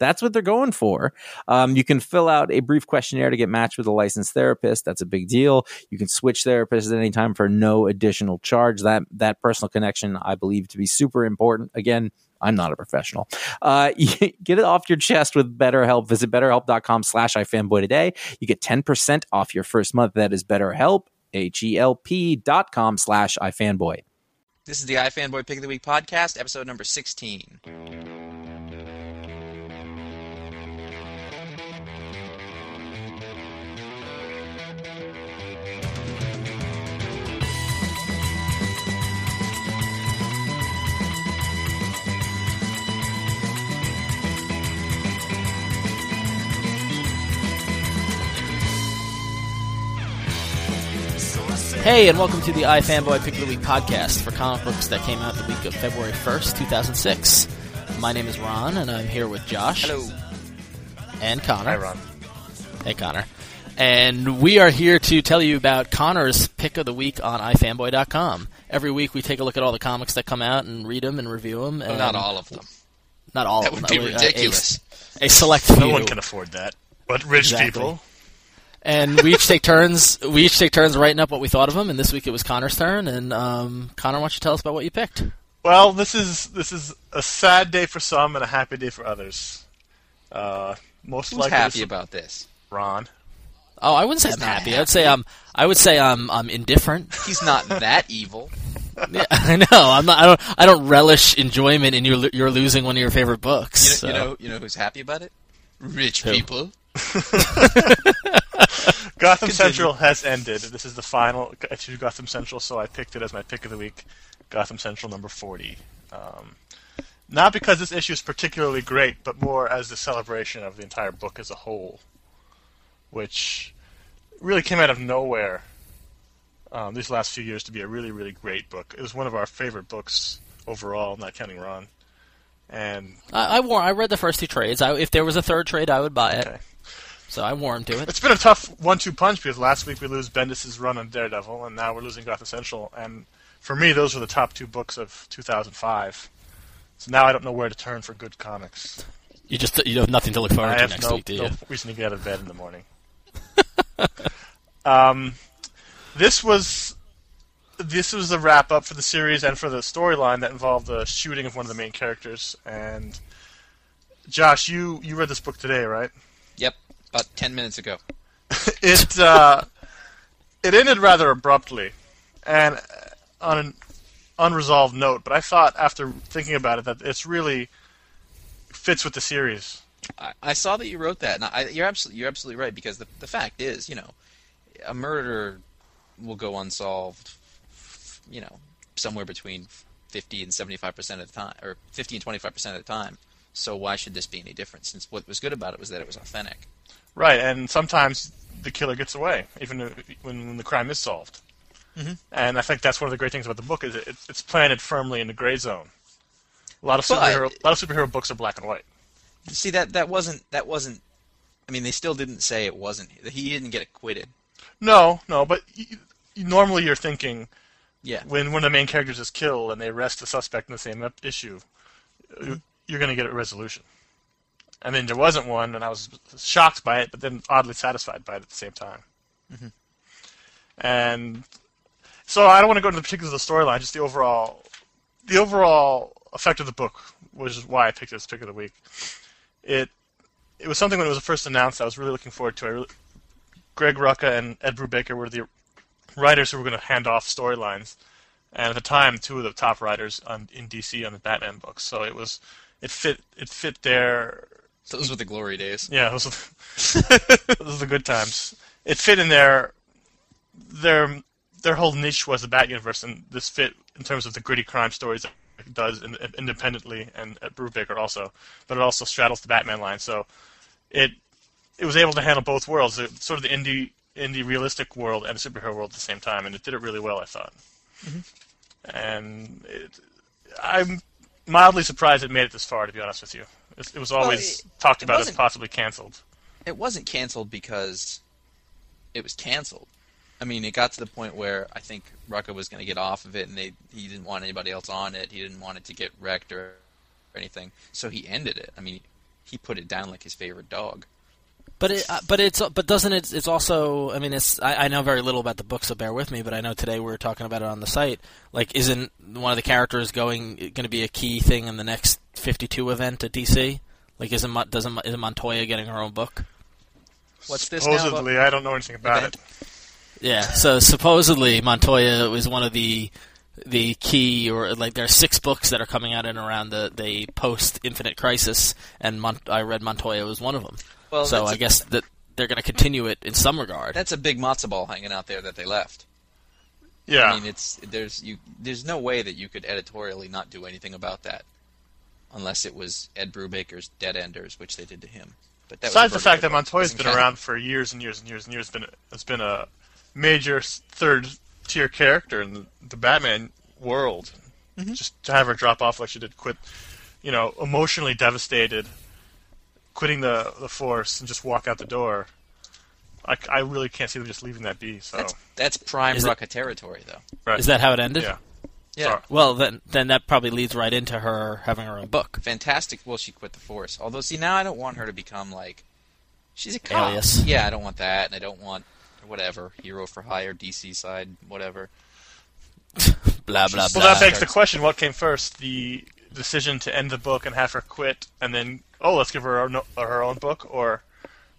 That's what they're going for. Um, you can fill out a brief questionnaire to get matched with a licensed therapist. That's a big deal. You can switch therapists at any time for no additional charge. That that personal connection, I believe, to be super important. Again, I'm not a professional. Uh, get it off your chest with BetterHelp. Visit betterhelp.com slash ifanboy today. You get 10% off your first month. That is betterhelp, H-E-L-P dot com slash ifanboy. This is the iFanboy Pick of the Week podcast, episode number 16. Hey, and welcome to the iFanboy Pick of the Week podcast for comic books that came out the week of February 1st, 2006. My name is Ron, and I'm here with Josh. Hello. And Connor. Hi, Ron. Hey, Connor. And we are here to tell you about Connor's Pick of the Week on iFanboy.com. Every week we take a look at all the comics that come out and read them and review them. And Well, not all of them. Not all That of would them. be Uh, a- ridiculous. A, select few. No one can afford that. But rich Exactly. people. and we each take turns. We each take turns writing up what we thought of them. And this week it was Connor's turn. And um, Connor, why don't you tell us about what you picked? Well, this is this is a sad day for some and a happy day for others. Uh, most Who's likely happy this- about this? Ron. Oh, I wouldn't say I'm not happy. I'd say I'm. I would say I'm. I'm indifferent. He's not that evil. Yeah, I know. I'm not. I don't. I don't relish enjoyment in your. You're losing one of your favorite books. You so. know, you know, you know who's happy about it? Rich people. Gotham Continue. Central has ended. This is the final issue of Gotham Central, so I picked it as my pick of the week. Gotham Central number forty. Um, not because this issue is particularly great, but more as the celebration of the entire book as a whole, which really came out of nowhere um, these last few years to be a really, really great book. It was one of our favorite books overall, not counting Ron. And I, I war- I read the first two trades. I, if there was a third trade, I would buy it. Okay. So I warmed to it. it's been a tough one-two punch because last week we lose Bendis's run on Daredevil, and now we're losing Gotham Central. And for me, those were the top two books of 2005. So now I don't know where to turn for good comics. You just you have nothing to look forward I to have next no, week, do you? no reason to get out of bed in the morning. um, this was this was a wrap up for the series and for the storyline that involved the shooting of one of the main characters. And Josh, you you read this book today, right? Yep, about 10 minutes ago. it uh, it ended rather abruptly and uh, on an unresolved note. But I thought, after thinking about it, that it's really fits with the series. I, I saw that you wrote that, and I, you're absolutely you're absolutely right because the the fact is, you know, a murder will go unsolved, you know, somewhere between fifty and seventy five percent of the time, or fifty and twenty five percent of the time. So why should this be any different? Since what was good about it was that it was authentic. Right, and sometimes the killer gets away, even when, when the crime is solved. And I think that's one of the great things about the book is it, it's planted firmly in the gray zone. A lot of But- superhero, a lot of superhero books are black and white. See that that wasn't that wasn't. I mean, they still didn't say it wasn't. He didn't get acquitted. No, no, but y y normally you're thinking Yeah, when one of the main characters is killed and they arrest the suspect in the same ep- issue, you- you're going to get a resolution. I mean, there wasn't one, and I was shocked by it, but then oddly satisfied by it at the same time. And so I don't want to go into the particulars of the storyline, just the overall, the overall effect of the book, which is why I picked this pick of the week. It it was something when it was first announced I was really looking forward to. I really, Greg Rucka and Ed Brubaker were the writers who were going to hand off storylines, and at the time, two of the top writers on, in DC on the Batman books. So it was, it fit, it fit their, those were the glory days. yeah, those, were- those are the good times. It fit in their, their, their whole niche was the Bat universe, and this fit in terms of the gritty crime stories that it does in, independently, and at Brubaker also, but it also straddles the Batman line. So it, it was able to handle both worlds, the- sort of the indie, indie realistic world and the superhero world at the same time, and it did it really well, I thought Mm-hmm. and it, I'm mildly surprised it made it this far. To be honest with you, it, it was always it- talked it about as wasn't- possibly canceled. it wasn't canceled because it was canceled. I mean, it got to the point where I think Rucka was going to get off of it, and they he didn't want anybody else on it. He didn't want it to get wrecked or, or anything, so he ended it. I mean, he put it down like his favorite dog. But it, uh, but it's, but doesn't it? It's also. I mean, it's. I, I know very little about the book, so bear with me. But I know today we were talking about it on the site. Like, isn't one of the characters going going to be a key thing in the next fifty-two event at DC? Like, isn't Mon- doesn't Mon- isn't Montoya getting her own book? What's this now? Supposedly, I don't know anything about event? it. Yeah. So supposedly Montoya was one of the the key, or like there are six books that are coming out and around the the post Infinite Crisis, and Mon- I read Montoya was one of them. Well, so that's I a- guess that they're going to continue it in some regard. That's a big matzo ball hanging out there that they left. Yeah, I mean, it's there's you there's no way that you could editorially not do anything about that, unless it was Ed Brubaker's Dead Enders, which they did to him. But that was besides the Brubaker fact that book. Montoya's Doesn't been count. around for years and years and years and years, been has been a major third tier character in the, the Batman world. Mm-hmm. Just to have her drop off like she did, quit, you know, emotionally devastated, quitting the the force and just walk out the door. I, I really can't see them just leaving that be. So That's, that's prime Is it- Rucka territory, though. right. Is that how it ended? yeah. Yeah. Sorry. Well, then then that probably leads right into her having her own book. fantastic. Well, she quit the force. Although, see, now I don't want her to become like she's a cop. Alias. Yeah, I don't want that, and I don't want whatever hero for hire, DC side, whatever. Blah blah blah. Well, that begs starts- the question: What came first, the decision to end the book and have her quit, and then oh, let's give her our, no- her own book, or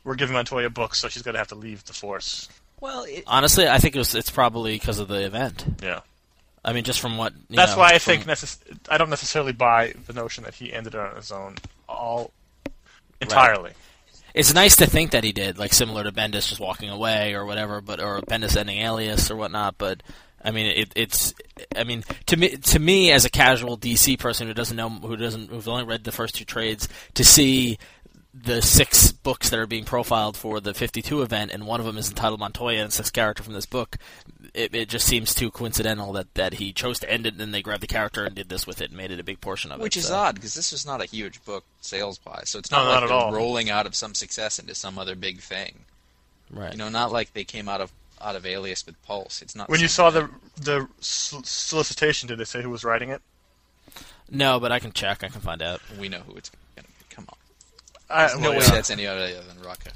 we're giving Montoya books, so she's going to have to leave the Force? Well, it, Honestly, I think it was, it's probably because of the event. Yeah, I mean, just from what you that's know, why I from- think necess- I don't necessarily buy the notion that he ended it on his own all entirely. it's nice to think that he did, like similar to Bendis just walking away or whatever, but or Bendis ending Alias or whatnot. But I mean, it, it's I mean to me to me as a casual DC person who doesn't know who doesn't who've only read the first two trades to see the six books that are being profiled for the 52 event, and one of them is entitled Montoya, and it's this character from this book. It, it just seems too coincidental that, that he chose to end it, and then they grabbed the character and did this with it and made it a big portion of it. Which is so. odd because this is not a huge book sales wise, so it's No, not not like at they're all. rolling out of some success into some other big thing. Right. You know, not like they came out of out of Alias with Pulse. It's not When you some- saw the the sol- solicitation, did they say who was writing it? no, but I can check. I can find out. we know who it's going to be. Come on, I, no Uh, well, way yeah. that's any other than Rucka.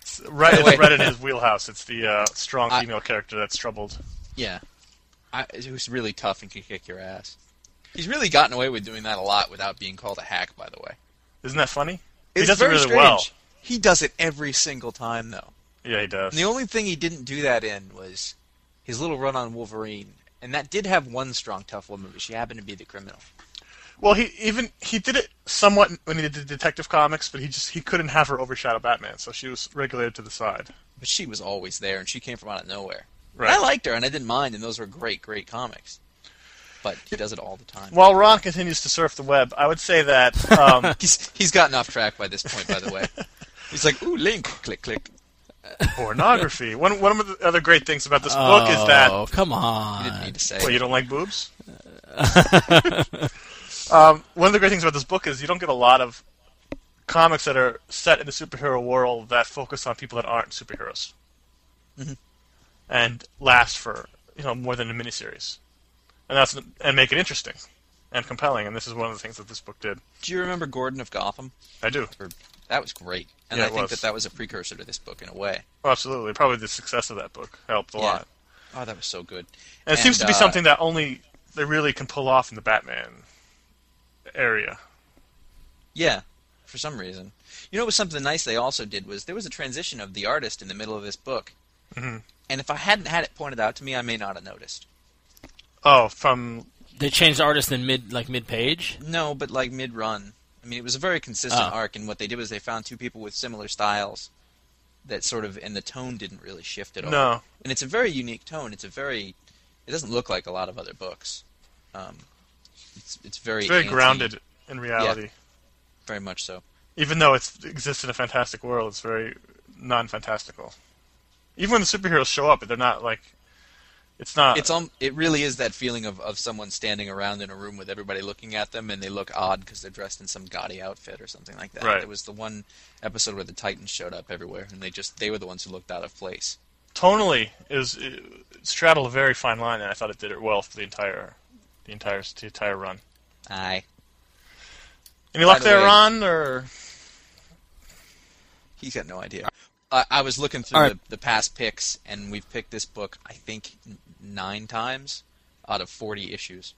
It's Right, Wait. it's right in his wheelhouse. It's the uh, strong I- female character that's troubled. Yeah, I, who's really tough and can kick your ass. He's really gotten away with doing that a lot without being called a hack, by the way. Isn't that funny? It's he does very it really strange. well. He does it every single time, though. Yeah, he does. And the only thing he didn't do that in was his little run on Wolverine, and that did have one strong, tough woman, but she happened to be the criminal. Well, he even he did it somewhat when he did the Detective Comics, but he just he couldn't have her overshadow Batman, so she was regulated to the side. But she was always there, and she came from out of nowhere. Right. I liked her, and I didn't mind, and those were great, great comics. But he does it all the time. While Ron continues to surf the web, I would say that um, He's he's gotten off track by this point, by the way. He's like, ooh, link, click, click. pornography. One one of the other great things about this book is that Oh, come You didn't on. need to say. Well, you it. don't like boobs? um, one of the great things about this book is you don't get a lot of comics that are set in the superhero world that focus on people that aren't superheroes and last for you know more than a miniseries, and that's and make it interesting and compelling. And this is one of the things that this book did. Do you remember Gordon of Gotham? I do Or- That was great, and Yeah, I it think was. that that was a precursor to this book in a way. oh, absolutely. Probably the success of that book helped a Yeah. lot. Oh, that was so good. And it seems to be uh, something that only they really can pull off in the Batman area. Yeah, for some reason. You know, it was something nice they also did was there was a transition of the artist in the middle of this book, Mm-hmm. and if I hadn't had it pointed out to me, I may not have noticed. Oh, from They changed artists in mid like mid page. No, but like mid-run, I mean, it was a very consistent Oh. arc, and what they did was they found two people with similar styles that sort of, and the tone didn't really shift at all. no. and it's a very unique tone. It's a very, it doesn't look like a lot of other books. Um, it's it's very It's very anti- grounded in reality. very much so. Even though it's, it exists in a fantastic world, it's very non-fantastical. Even when the superheroes show up, they're not like. It's not. it's um, it really is that feeling of, of someone standing around in a room with everybody looking at them and they look odd because they're dressed in some gaudy outfit or something like that. Right. There was the one episode where the Titans showed up everywhere and they just they were the ones who looked out of place. tonally is it, straddled a very fine line, and I thought it did it well for the entire, the entire the entire run. Aye. Any luck the there, way- Ron? Or He's got no idea. I, I was looking through All right. the, the past picks and we've picked this book I think n- nine times out of forty issues.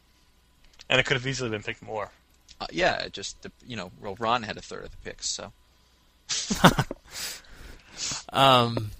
and it could have easily been picked more. Uh, yeah, it just the, you know, well, Ron had a third of the picks, so Um,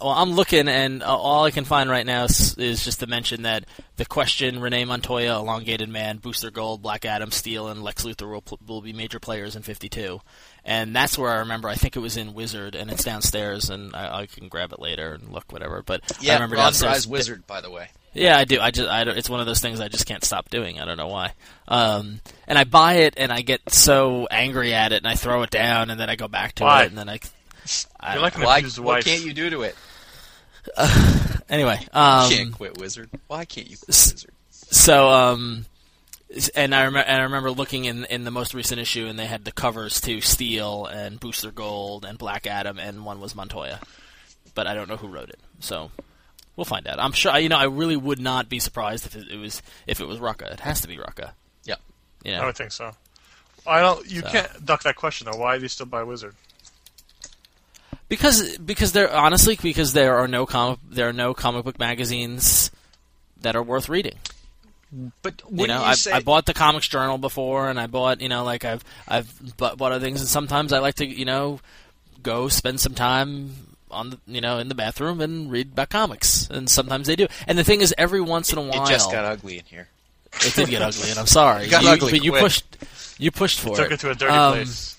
well, I'm looking, and uh, all I can find right now is, is just to mention that the question, Renee Montoya, Elongated Man, Booster Gold, Black Adam, Steel, and Lex Luthor will, pl- will be major players in 52. And that's where I remember. I think it was in Wizard, and it's downstairs, and I, I can grab it later and look whatever. But I yeah, remember Ron downstairs- Fry's Wizard, by the way. yeah, I do. I just, I don't, it's one of those things I just can't stop doing. I don't know why. Um, and I buy it, and I get so angry at it, and I throw it down, and then I go back to Why? it, and then I, I You're like an Why, abused what wife. can't you do to it? anyway. Um, can't quit wizard. Why can't you quit wizard? So, um, and I remember, and I remember looking in in the most recent issue, and they had the covers to Steel and Booster Gold and Black Adam, and one was Montoya, but I don't know who wrote it. So we'll find out. I'm sure. You know, I really would not be surprised if it, it was if it was Rucka. It has to be Rucka. Yeah. You I know, would think so. I don't. You can't duck that question though. Why do you still buy Wizard? because because there honestly because there are no comic there are no comic book magazines that are worth reading. But you when know, you I've, say I bought the comics journal before, and I bought you know, like I've I've bu- bought other things, and sometimes I like to you know go spend some time on the you know in the bathroom and read about comics, and sometimes they do. And the thing is, every once in a while, it just got ugly in here. it did get ugly, and I'm sorry, It got you, ugly but you quick. pushed you pushed for Took it to a dirty Um, place.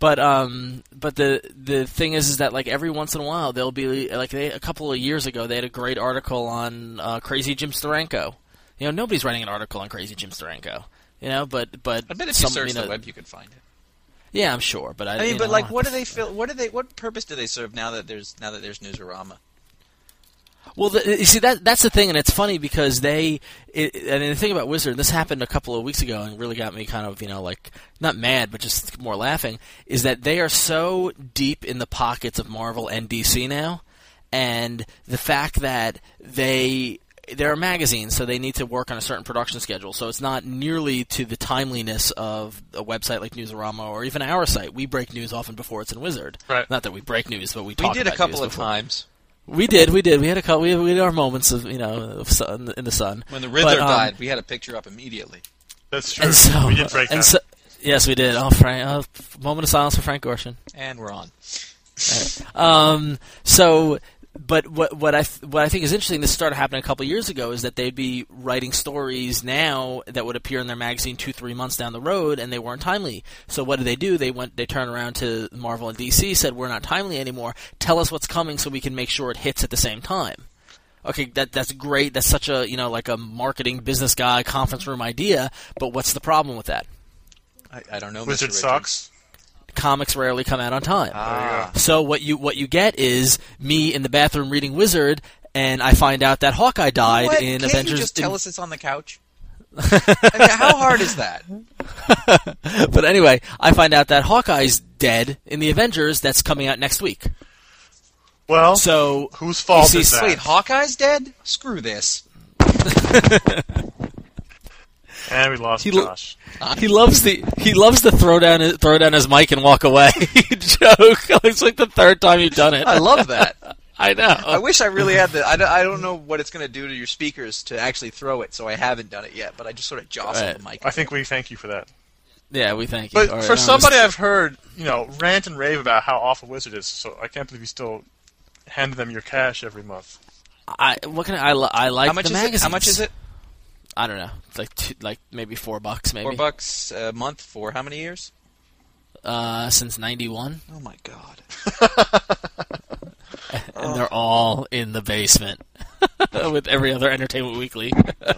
but um, but the the thing is, is that like every once in a while they'll be like they a couple of years ago they had a great article on uh, Crazy Jim Steranko. You know, nobody's writing an article on Crazy Jim Steranko. You know, but but I bet if you some, search you know, the web, you could find it. Yeah, I'm sure, but I. I mean, you but know, like, what do they feel? What do they? What purpose do they serve now that there's now that there's Newsarama? Well, the, you see that that's the thing, and it's funny because they. It, I mean, the thing about Wizard, and this happened a couple of weeks ago, and really got me kind of you know like not mad, but just more laughing, is that they are so deep in the pockets of Marvel and DC now, and the fact that they. They're a magazine, so they need to work on a certain production schedule. So it's not nearly to the timeliness of a website like Newsarama or even our site. We break news often before it's in Wizard. Right. Not that we break news, but we We talk did a about couple news of before. times We did, we did. We had a couple. We had, we had our moments of you know of sun, in the sun when the Riddler But, um, died. We had a picture up immediately. That's true. And so we did break and that. so- yes, we did. Oh, Frank! Oh, moment of silence for Frank Gorshin. And we're on. Um, so, but what what I th- what I think is interesting. This started happening a couple of years ago. Is that they'd be writing stories now that would appear in their magazine two three months down the road, and they weren't timely. So what did they do? They went they turned around to Marvel and DC, said we're not timely anymore. Tell us what's coming so we can make sure it hits at the same time. Okay, that that's great. That's such a you know like a marketing business guy conference room idea. But what's the problem with that? I, I don't know. Mr. Wizard Richards. socks. Comics rarely come out on time. Ah, So what you what you get is me in the bathroom reading Wizard, and I find out that Hawkeye died what? in Can't Avengers. you just in- tell us it's on the couch? I mean, how hard is that? but anyway, I find out that Hawkeye's dead in the Avengers. That's coming out next week. Oh. Well, So whose fault you is see- that? Wait, Hawkeye's dead? Screw this. and we lost He lo- Josh. he loves the he loves to throw down his, throw down his mic and walk away joke. It's like the third time you've done it. I love that. I I know. wish I really had the. I don't, I don't know what it's going to do to your speakers to actually throw it, so I haven't done it yet. But I just sort of jostled Right. the mic. I think we thank you for that. Yeah, we thank you. But All right, for I'm somebody just- I've heard, you know, rant and rave about how awful Wizard is, so I can't believe you still hand them your cash every month. I, what can I, I, li- I like how much the is magazines. it? How much is it? I don't know. It's like two, like maybe four bucks, maybe Four bucks a month for how many years? uh, since '91. Oh my god! Oh. and they're all in the basement with every other Entertainment Weekly. Uh,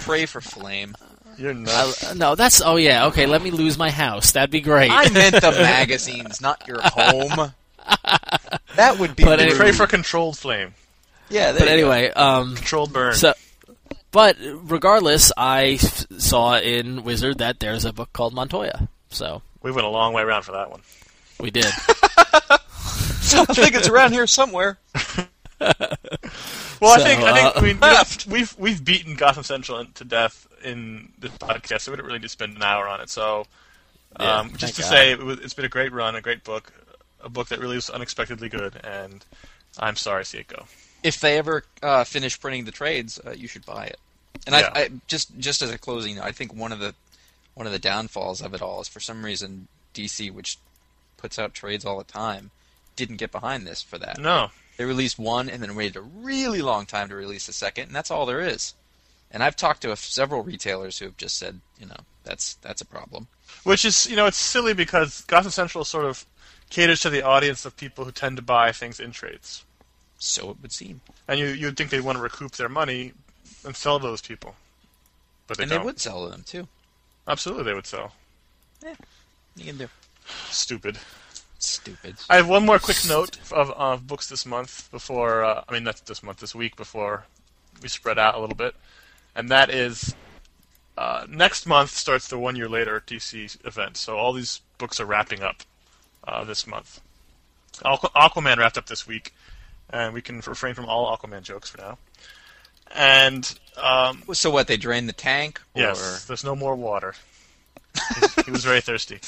Pray for flame. You're nuts. I- no, that's oh yeah, okay. Let me lose my house. That'd be great. I meant the magazines, not your home. That would be. But rude. anyway- Pray for controlled flame, yeah. There but you go. anyway, um, controlled burn. so but regardless, I f- saw in Wizard that there's a book called Montoya. So we went a long way around for that one. we did. I think it's around here somewhere. Well, So, I think I uh, think we, we Left. we've we've beaten Gotham Central to death in this podcast, so we didn't really need to spend an hour on it. So, Yeah, um, thank just to God. say, it was, it's been a great run, a great book, a book that really was unexpectedly good, and I'm sorry to see it go. if they ever uh, finish printing the trades, uh, you should buy it. And Yeah. I, I just just as a closing, I think one of the one of the downfalls of it all is for some reason DC, which puts out trades all the time, didn't get behind this for that. No, They released one and then waited a really long time to release a second, and that's all there is. And I've talked to a f several retailers who have just said, you know, that's that's a problem. which is you know it's silly because Gotham Central sort of caters to the audience of people who tend to buy things in trades, So it would seem, and you you'd think they would want to recoup their money and sell to those people, but they and don't. they would sell them too. absolutely they would sell. You can do Stupid. stupid. I have one more quick note of uh, books this month before, uh, I mean, not this month, this week before we spread out a little bit. And that is uh, next month starts the one year later DC event. So all these books are wrapping up uh, this month. Aqu- Aquaman wrapped up this week, and we can refrain from all Aquaman jokes for now. And um, So what? They drain the tank? Or... Yes, there's no more water. he was very thirsty.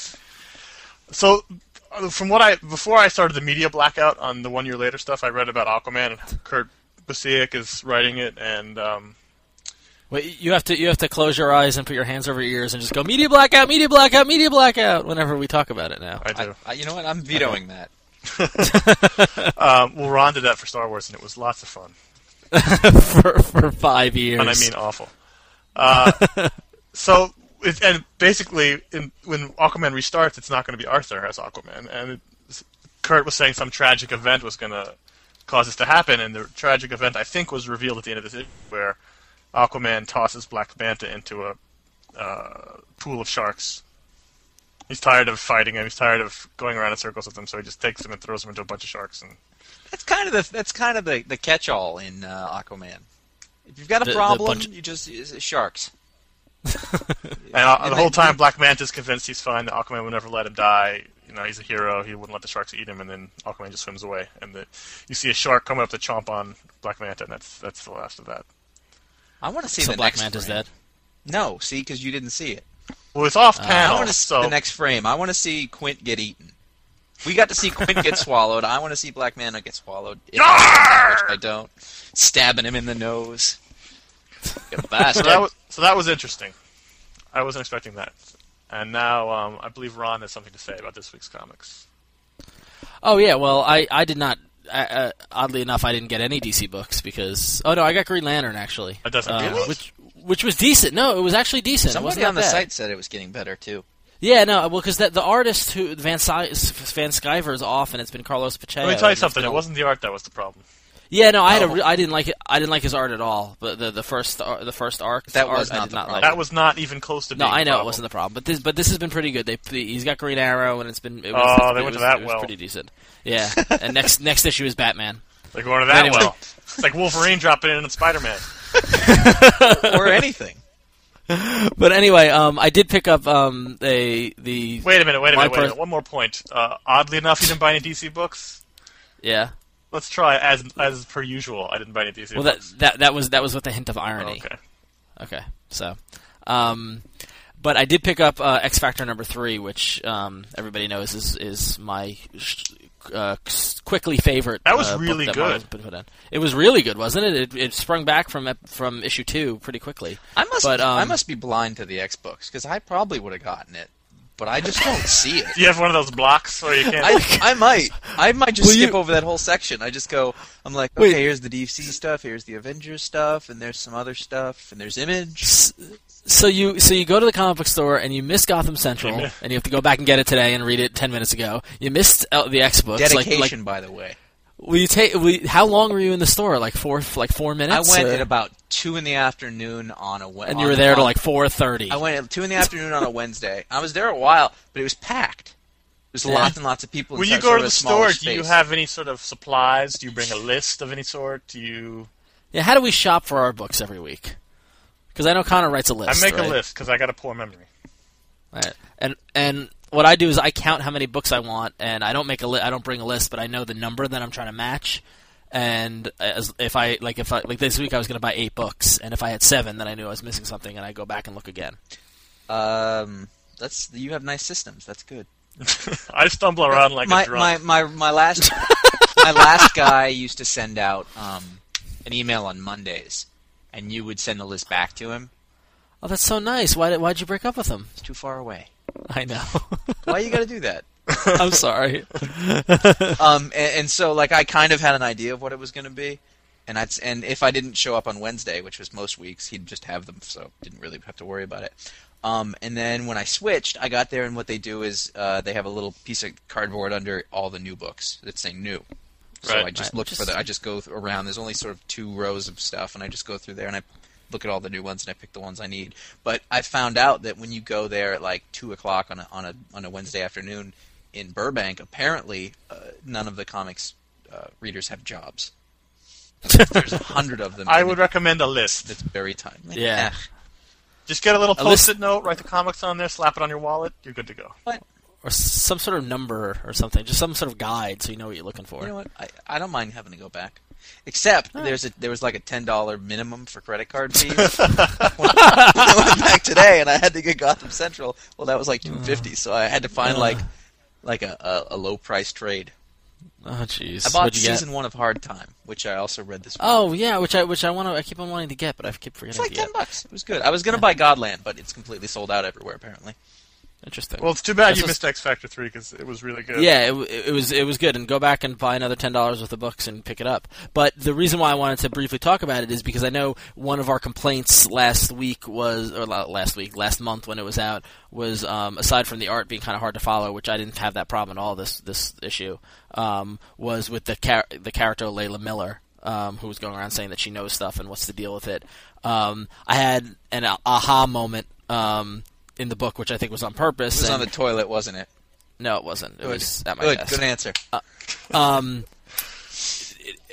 So, uh, from what I before I started the media blackout on the one year later stuff, I read about Aquaman and Kurt Busiek is writing it, and um, Wait, you have to you have to close your eyes and put your hands over your ears and just go media blackout, media blackout, media blackout. Whenever we talk about it now, I I, do. I, you know what? I'm vetoing that. um, well, Ron did that for Star Wars, and it was lots of fun. for for five years. And I mean awful. Uh, so, it, and basically, in, when Aquaman restarts, it's not going to be Arthur as Aquaman. And it, Kurt was saying some tragic event was going to cause this to happen, and the tragic event, I think, was revealed at the end of this issue, where Aquaman tosses Black Manta into a uh, pool of sharks. He's tired of fighting him. He's tired of going around in circles with him. So he just takes him and throws him into a bunch of sharks. And That's kind of the that's kind of the, the catch all in uh, Aquaman. If you've got a The- the problem, bunch- you just it's sharks. and, uh, And the whole they- time, Black Manta's convinced he's fine. That Aquaman will never let him die. You know, he's a hero. He wouldn't let the sharks eat him. And then Aquaman just swims away. And the, you see a shark coming up to chomp on Black Manta, and that's that's the last of that. I want to see So the Black next Manta's frame. dead. No, see, because you didn't see it. Well, it's off Uh, I panel. want to see so the next frame. I want to see Quint get eaten. We got to see Quint get swallowed. I want to see Black Manta get swallowed. If I, which I don't. Stabbing him in the nose. You so bastard. that was so that was interesting. I wasn't expecting that. And now um, I believe Ron has something to say about this week's comics. Oh yeah, well I I did not. I, uh, oddly enough, I didn't get any DC books because oh no, I got Green Lantern actually. That doesn't uh, really? which which was decent. No, it was actually decent. it Somebody wasn't on that the bad. site said it was getting better too. Yeah, no, well because the artist who Van Sy- Van Skyver is off, and it's been Carlos Pacheco. Let me tell and you it's something. been It a- wasn't the art that was the problem. Yeah, no, I had a Oh. re- I didn't like it. I didn't like his art at all. But the the first ar- the first arc That art, was I not did the not problem. like. That was not even close to no, being. I the know it problem. wasn't the problem. But this but this has been pretty good. They he's got Green Arrow, and it's been it was, Oh, it's- they it went was- to that it well. was pretty decent. Yeah, and next next issue is Batman. They're going to that Anyway. well. It's like Wolverine dropping in on Spider Man. Or anything. But anyway, um, I did pick up um a the Wait a minute. Wait a My minute. Wait a pers- minute. One more point. Uh, oddly enough, you didn't buy any DC books. yeah. Let's try as as per usual. I didn't buy any DC. Well, that books. that that was that was with the hint of irony. okay. Okay. So, um, but I did pick up uh, X Factor number three, which um, everybody knows is is my sh- uh, s- quickly favorite. That was uh, book really that good. Marvel's been put in. It was really good, wasn't it? It, it sprung back from ep- from issue two pretty quickly. I must But, um, I must be blind to the X books because I probably would have gotten it, but I just don't see it. Do you have one of those blocks where you can't? I, I might. I might just Oh Will skip you- over that whole section. I just go, I'm like, okay, Wait. here's the DC stuff, here's the Avengers stuff, and there's some other stuff, and there's Image. S- So you so you go to the comic book store and you miss Gotham Central and you have to go back and get it today and read it ten minutes ago. You missed uh, the X books. Like, Dedication, like, by the way. will you take? Will you- how long were you in the store? Like four, like four I minutes. went or- at about two in the afternoon on a Wednesday. uh, and you were there till like four thirty. I went at two in the afternoon on a Wednesday. I was there a while, but it was packed. There's lots and lots of people. When inside you go sort to of the a smaller store, do you space. have any sort of supplies? Do you bring a list of any sort? Do you? Yeah, how do we shop for our books every week? Because I know Connor writes a I list. make right? a list because I got a poor memory. Right. and and what I do is I count how many books I want, and I don't make a li- I don't bring a list, but I know the number that I'm trying to match. And as, if I like, if I like this week, I was going to buy eight books, and if I had seven, then I knew I was missing something, and I go back and look again. Um, that's you have nice systems. That's good. I stumble around like my, a drunk. my my my last my last guy used to send out um, an email on Mondays, and you would send the list back to him. Oh, that's so nice. Why did why'd you break up with him? It's too far away. I know. Why you got to do that? I'm sorry. Um, and, and so like I kind of had an idea of what it was going to be, and that's and if I didn't show up on Wednesday, which was most weeks, he'd just have them, so didn't really have to worry about it. Um, and then when I switched, I got there, and what they do is uh, they have a little piece of cardboard under all the new books that's saying new. So Right. I just Right. looked for Just- the. I just go th- around. There's only sort of two rows of stuff, and I just go through there and I look at all the new ones and I pick the ones I need. But I found out that when you go there at like two o'clock on a on a on a Wednesday afternoon in Burbank, apparently uh, none of the comics uh, readers have jobs. There's a hundred of them. I and would it- recommend a list. It's very timely. Yeah. Eh, Just get a little A list- post-it note, write the comics on there, slap it on your wallet. You're good to go. But or s- some sort of number or something, just some sort of guide, so you know what you're looking for. you know what? I, I don't mind having to go back. Except there's a there was like a ten dollar minimum for credit card fees. when, I went back today and I had to get Gotham Central, well that was like two fifty, Mm. so I had to find like like a, a, a low price trade. oh, jeez. I bought What'd you get? season one of Hard Time, which I also read this week. Oh yeah, which I which I want to I keep on wanting to get, but I keep forgetting it's like to ten get. bucks. It was good. I was gonna buy Godland, but it's completely sold out everywhere apparently. Interesting. Well, it's too bad This you was- missed X Factor 3 because it was really good. yeah, it, w- it was it was good, and go back and buy another ten dollars worth of books and pick it up. But the reason why I wanted to briefly talk about it is because I know one of our complaints last week was or la- last week last month when it was out was um, aside from the art being kind of hard to follow, which I didn't have that problem at all this this issue um, was with the char- the character Layla Miller. um, who was going around saying that she knows stuff and what's the deal with it. Um, I had an aha moment um, in the book, which I think was on purpose. It was on and- the toilet, wasn't it? no, it wasn't. It was at my Good, desk. good answer. um,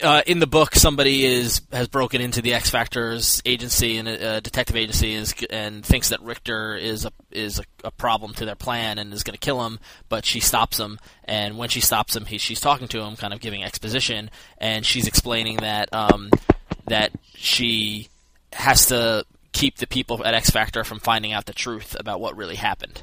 uh, in the book, somebody is has broken into the X Factor's agency and uh, detective agency is, and thinks that Richter is a is a, a problem to their plan and is going to kill him. But she stops him, and when she stops him, he, she's talking to him, kind of giving exposition, and she's explaining that um, that she has to keep the people at X Factor from finding out the truth about what really happened.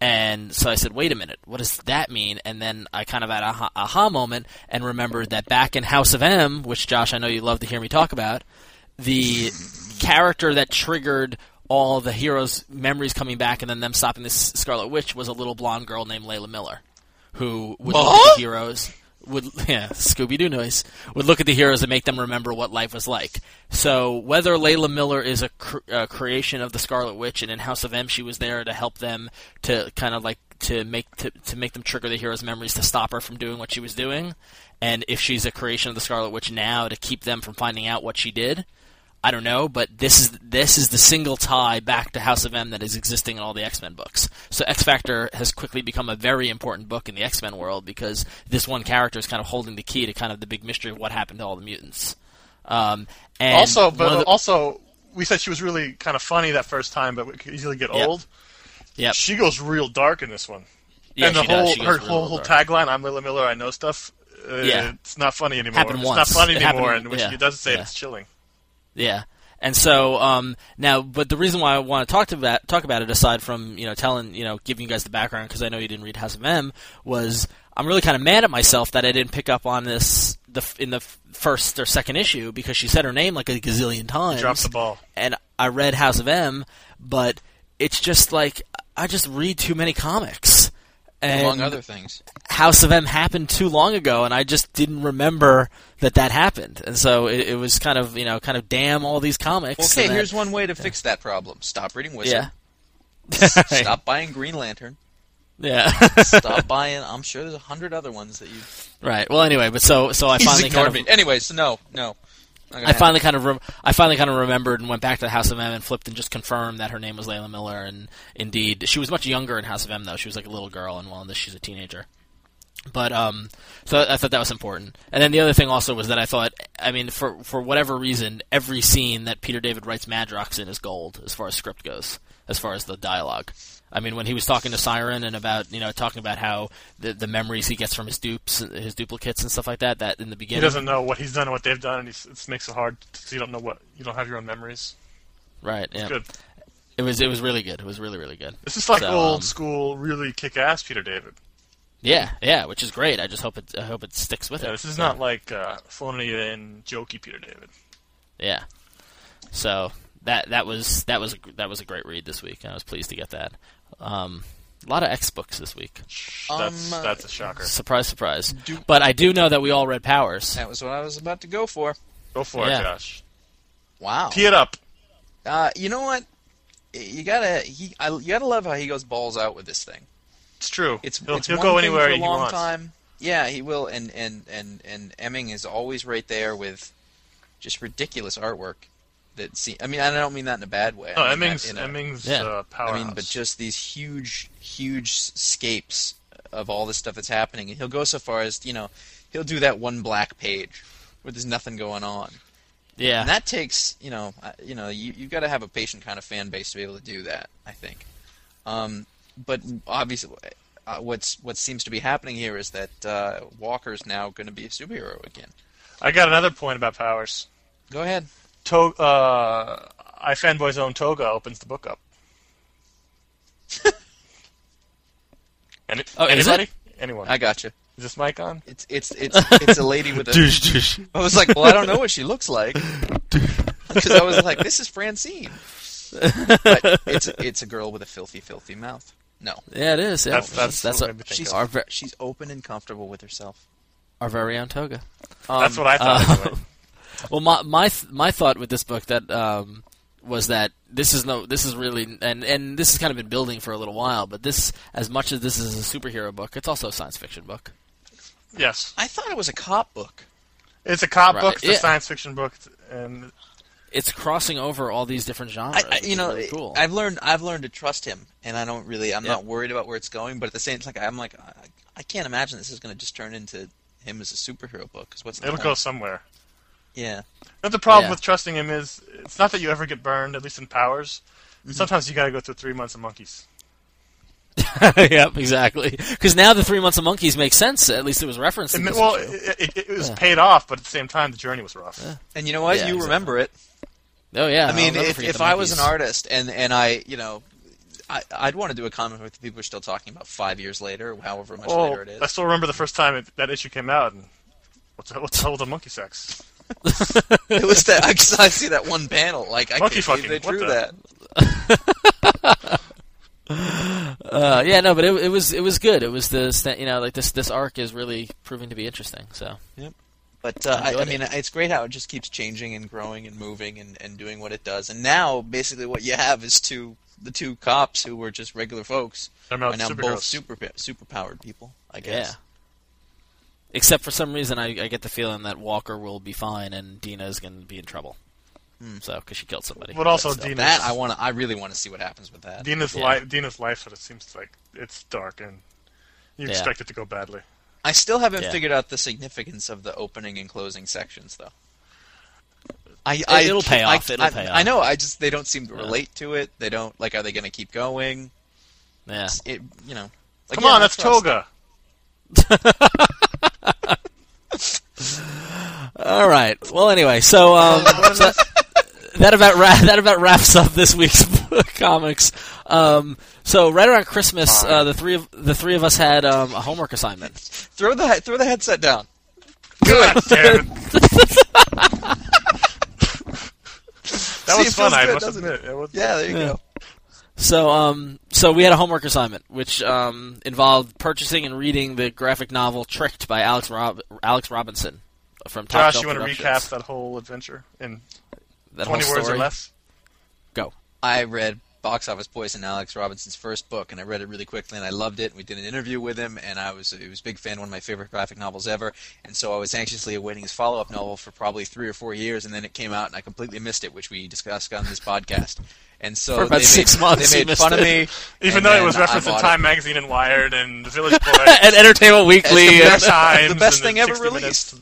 And so I said, wait a minute, what does that mean? And then I kind of had a aha, aha moment and remembered that back in House of M, which Josh, I know you love to hear me talk about, the character that triggered all the heroes' memories coming back and then them stopping this Scarlet Witch was a little blonde girl named Layla Miller, who would look at the heroes, would yeah, Scooby Doo noise, would look at the heroes and make them remember what life was like. So whether Layla Miller is a, cr- a creation of the Scarlet Witch, and in House of M she was there to help them to kind of like to make to, to make them trigger the heroes' memories to stop her from doing what she was doing, and if she's a creation of the Scarlet Witch now to keep them from finding out what she did. I don't know, but this is this is the single tie back to House of M that is existing in all the X Men books. So X Factor has quickly become a very important book in the X Men world because this one character is kind of holding the key to kind of the big mystery of what happened to all the mutants. Um, and also, one of but the- also, we said she was really kind of funny that first time, but we could easily get Yep. old. Yep. She goes real dark in this one. yeah, and the she does. whole She goes her really whole, whole dark. tagline, "I'm Lila Miller, I know stuff." Uh, Yeah. it's not funny anymore. Happened it's not once. funny It happened- anymore, and when yeah, she does say it, yeah. it's chilling. Yeah. And so um, now, but the reason why I want to talk to that, talk about it, aside from you know telling you know giving you guys the background because I know you didn't read House of M, was I'm really kind of mad at myself that I didn't pick up on this the f- in the f- first or second issue because she said her name like a gazillion times Drops the ball. and I read House of M, but it's just like I just read too many comics. And Among other things. House of M happened too long ago, and I just didn't remember that that happened. And so it, it was kind of you know kind of damn all these comics. Okay, and that- here's one way to fix that problem. Stop reading Wizard. yeah. Stop buying Green Lantern. Yeah, Stop buying. I'm sure there's a hundred other ones that you right. Well, anyway, but so so I just finally ignored kind of me. Anyways, no, no. Not gonna I happen. finally kind of rem- I finally kind of remembered and went back to the House of M and flipped and just confirmed that her name was Layla Miller, and indeed she was much younger in House of M though. She was like a little girl, and well, in this she's a teenager. But um, so I thought that was important. And then the other thing also was that I thought, I mean, for for whatever reason, every scene that Peter David writes Madrox in is gold as far as script goes, as far as the dialogue. I mean, when he was talking to Siren and about you know talking about how the the memories he gets from his dupes, his duplicates and stuff like that, that in the He beginning, doesn't know what he's done and what they've done, and he's, it makes it hard because you don't know what you don't have your own memories. right? Yeah. Good. It was it was really good. It was really really good. This is like So, old um, school, really kick-ass Peter David. Yeah, yeah, which is great. I just hope it I hope it sticks with Yeah, it. this is not like uh, phony and jokey Peter David. Yeah. So that that was that was that was a great read this week. and I was pleased to get that. Um, a lot of X books this week. Shh, Um, that's uh, that's a shocker. Surprise, surprise. Do- but I do know that we all read Powers. That was what I was about to go for. Go for yeah. it, Josh. Wow. Tee it up. Uh, you know what? You gotta he, I, you gotta love how he goes balls out with this thing. It's true. It's he'll, it's he'll one go thing anywhere for a he long wants. time. Yeah, he will. And and and and Emming is always right there with just ridiculous artwork. That see, I mean, I don't mean that in a bad way. No, I mean that Emming's in a- Emming's Yeah. uh, I powerhouse. mean, but just these huge, huge scapes of all this stuff that's happening. And he'll go so far as, you know, he'll do that one black page where there's nothing going on. Yeah, And that takes, you know, I- you know, you, you've got to have a patient kind of fan base to be able to do that, I think. Um, but obviously, uh, what's what seems to be happening here is that uh, Walker's now going to be a superhero again. I got another point about powers. Go ahead. To- uh, I fanboy's own Toga opens the book up. Any- Oh, is anybody? Anyone? I got you. is this mic on? It's it's it's it's a lady with a. I was like, well, I don't know what she looks like because I was like, this is Francine. But it's it's a girl with a filthy, filthy mouth. No, yeah, it is. Yeah. That's- that's what our- made me think she's of. our, ver- she's open and comfortable with herself. our very own toga. Um, That's what I thought. uh, anyway. Well, my my th- my thought with this book that um, was that this is no this is really and and this has kind of been building for a little while, but this as much as this is a superhero book, it's also a science fiction book. Yes, I thought it was a cop book. it's a cop Right, book. It's yeah. a science fiction book, and it's crossing over all these different genres. I, I, which you is know, really cool. I've learned I've learned to trust him, and I don't really. I'm Yeah. not worried about where it's going, but at the same time, I'm like, I, I can't imagine this is going to just turn into him as a superhero book. Because what's the It'll point? go somewhere. Yeah, But the problem Yeah. with trusting him is it's not that you ever get burned, at least in powers. Mm-hmm. Sometimes you got to go through three months of monkeys. yep, exactly. Because now the three months of monkeys makes sense. At least it was referenced. It in ma- this well, issue. it, it, it was Yeah. paid off, but at the same time, the journey was rough. and you know what? Yeah, you exactly. remember it. oh yeah. I I'll mean, never if, forget if the I was an monkeys. artist and and I, you know, I, I'd want to do a comic book that people are still talking about five years later, however much Oh, later it I is. still remember the first time it, that issue came out. And what the, what the hell was a monkey sex? it was that I, I see that one panel. Like I Monkey can't believe fucking, they what drew the- that. Uh, yeah, no, but it, it was it was good. It was the sta- you know like this this arc is really proving to be interesting. So But uh, I, I Enjoyed mean, it's great how it just keeps changing and growing and moving and, and doing what it does. And now, basically, what you have is two the two cops who were just regular folks They're now are now both superheroes. super super powered people. I yeah. guess. Except for some reason, I, I get the feeling that Walker will be fine and Dina is going to be in trouble. So because she killed somebody. But also still. Dina- That I want to. I really want to see what happens with that. Dina's Yeah. life, Dina's life, but it seems like it's dark and you Yeah. expect it to go badly. I still haven't Yeah. figured out the significance of the opening and closing sections, though. I, It- it'll pay I- off, it'll I, pay I off. know. I just they don't seem to relate to it. They don't like. Are they going to keep going? Yeah. It you know. Like, Come yeah, on, I that's trust. Toga. All right. Well, anyway, so um, so that about ra- that about wraps up this week's comics. Um, so right around Christmas, uh, the three of the three of us had um, a homework assignment. Throw the he- throw the headset down. God damn it. That See, was it fun, feels I good, must doesn't admit. It was, Yeah, there you go. So um, so we had a homework assignment which um, involved purchasing and reading the graphic novel Tricked by Alex Rob- Alex Robinson from Top Josh, Shelf you want to recap Productions. that whole adventure in That whole 20 words or story? less? Go. I read Box Office Poison, Alex Robinson's first book, and I read it really quickly, and I loved it. We did an interview with him, and I was he was a big fan, one of my favorite graphic novels ever. And so I was anxiously awaiting his follow up novel for probably three or four years, and then it came out, and I completely missed it, which we discussed on this podcast. And so For about they six made, months, they you made missed fun of me, it. Even and though it then was I referenced in bought it. Time Magazine and Wired and The Village Boy. and Entertainment Weekly. and and- the Times the best and thing ever 60 Minutes.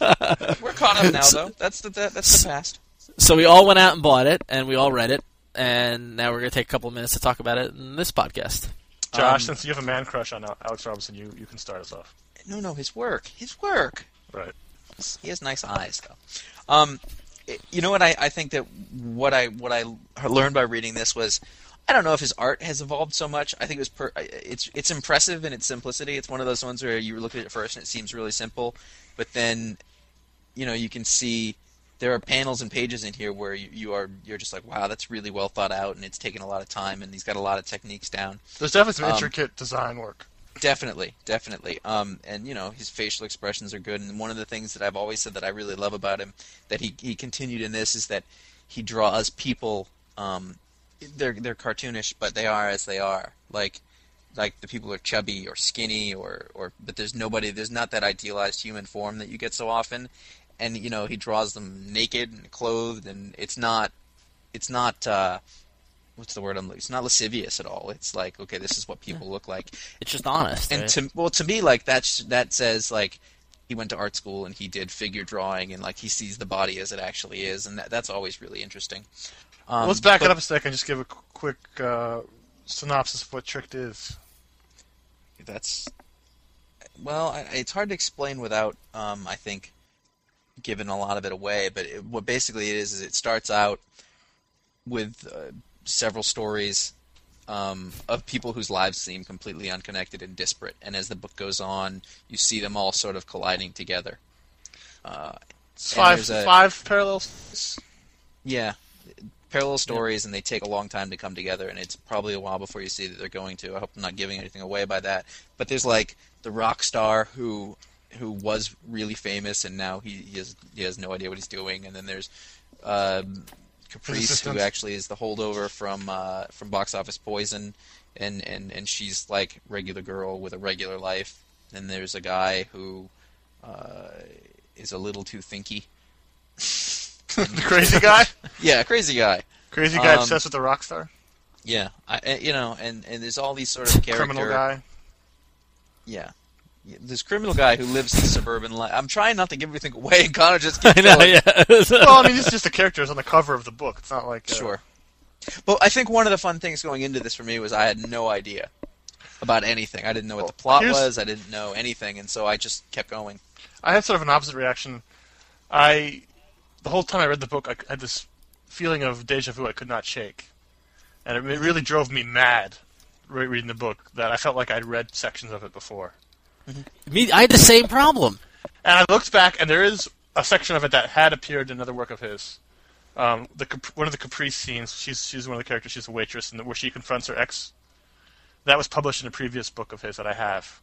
released. We're caught up now, though. That's the that, that's the past. so we all went out and bought it, and we all read it, and now we're going to take a couple of minutes to talk about it in this podcast. Josh, Um, since you have a man crush on Al- Alex Robinson, you, you can start us off. No, no, his work, his work. Right. He has nice eyes, though. Um, it- you know what? I, I think that what I what I learned by reading this was, I don't know if his art has evolved so much. I think it was per, it's it's impressive in its simplicity. It's one of those ones where you look at it first and it seems really simple, but then, you know, you can see there are panels and pages in here where you, you are you're just like, wow, that's really well thought out, and it's taken a lot of time, and he's got a lot of techniques down. There's definitely some Um, intricate design work. Definitely, definitely. Um, and you know his facial expressions are good. And one of the things that I've always said that I really love about him that he he continued in this is that he draws people. Um, they're they're cartoonish, but they are as they are. Like like the people are chubby or skinny or or but there's nobody. There's not that idealized human form that you get so often. And you know he draws them naked and clothed, and it's not it's not. Uh, What's the word? I'm. It's not lascivious at all. It's like, okay, this is what people look like, It's just honest. and right? to well to me like that's that says like he went to art school and he did figure drawing and like he sees the body as it actually is and that, that's always really interesting um, Let's back but- it up a second and just give a qu- quick uh, synopsis of what Tricked is. that's well I, it's hard to explain without um, i think giving a lot of it away but it, what basically it is is it starts out with uh, several stories um, of people whose lives seem completely unconnected and disparate and as the book goes on you see them all sort of colliding together It's And five there's a- five parallels. Yeah, parallel stories, and they take a long time to come together, and it's probably a while before you see that they're going to. I hope I'm not giving anything away by that. But there's like the rock star who who was really famous, and now he, he has he has no idea what he's doing. And then there's um Caprice, who Resistance. actually is the holdover from uh, from Box Office Poison, and, and and she's like regular girl with a regular life. And there's a guy who uh, is a little too thinky the crazy guy, Yeah, crazy guy. crazy guy Um, obsessed with the rock star, Yeah, I, and, you know, and and there's all these sort of character. criminal guy. Yeah. Yeah, This criminal guy who lives the suburban life. I'm trying not to give everything away, and Connor just keeps I know, going. yeah. Well, I mean, it's just the characters on the cover of the book. It's not like uh, Sure. But I think one of the fun things going into this for me was I had no idea about anything. I didn't know what the plot here's- was. I didn't know anything, and so I just kept going. I had sort of an opposite reaction. I, the whole time I read the book, I had this feeling of deja vu I could not shake, and it really drove me mad re- reading the book that I felt like I'd read sections of it before. Me, I had the same problem. And I looked back, and there is a section of it that had appeared in another work of his. Um, the Cap- one of the Caprice scenes. She's she's one of the characters. She's a waitress, and where she confronts her ex. That was published in a previous book of his that I have.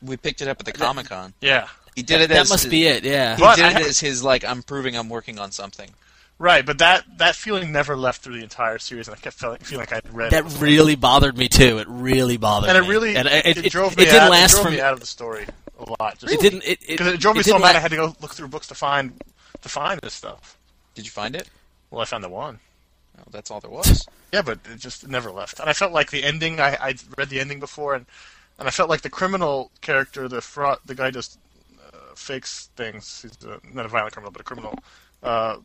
We picked it up at the Comic Con. Yeah, He did it. Uh, That as must his, be it. Yeah. He But did I it ha- as his like. I'm proving I'm working on something. right. But that that feeling never left through the entire series, and I kept feeling, feeling like I'd read. it That before. really bothered me too. It really bothered and me. it really and I- it, drove it, me it didn't out, last it drove from me out of the story a lot. Just it didn't it it, because it drove me so didn't mad la- I had to go look through books to find to find this stuff. Did you find it? Well, I found the one. Oh, that's all there was. Yeah, but it just never left. And I felt like the ending. I I read the ending before, and and I felt like the criminal character, the fraud, the guy just uh, fakes things. He's a, not a violent criminal, but a criminal. Uh,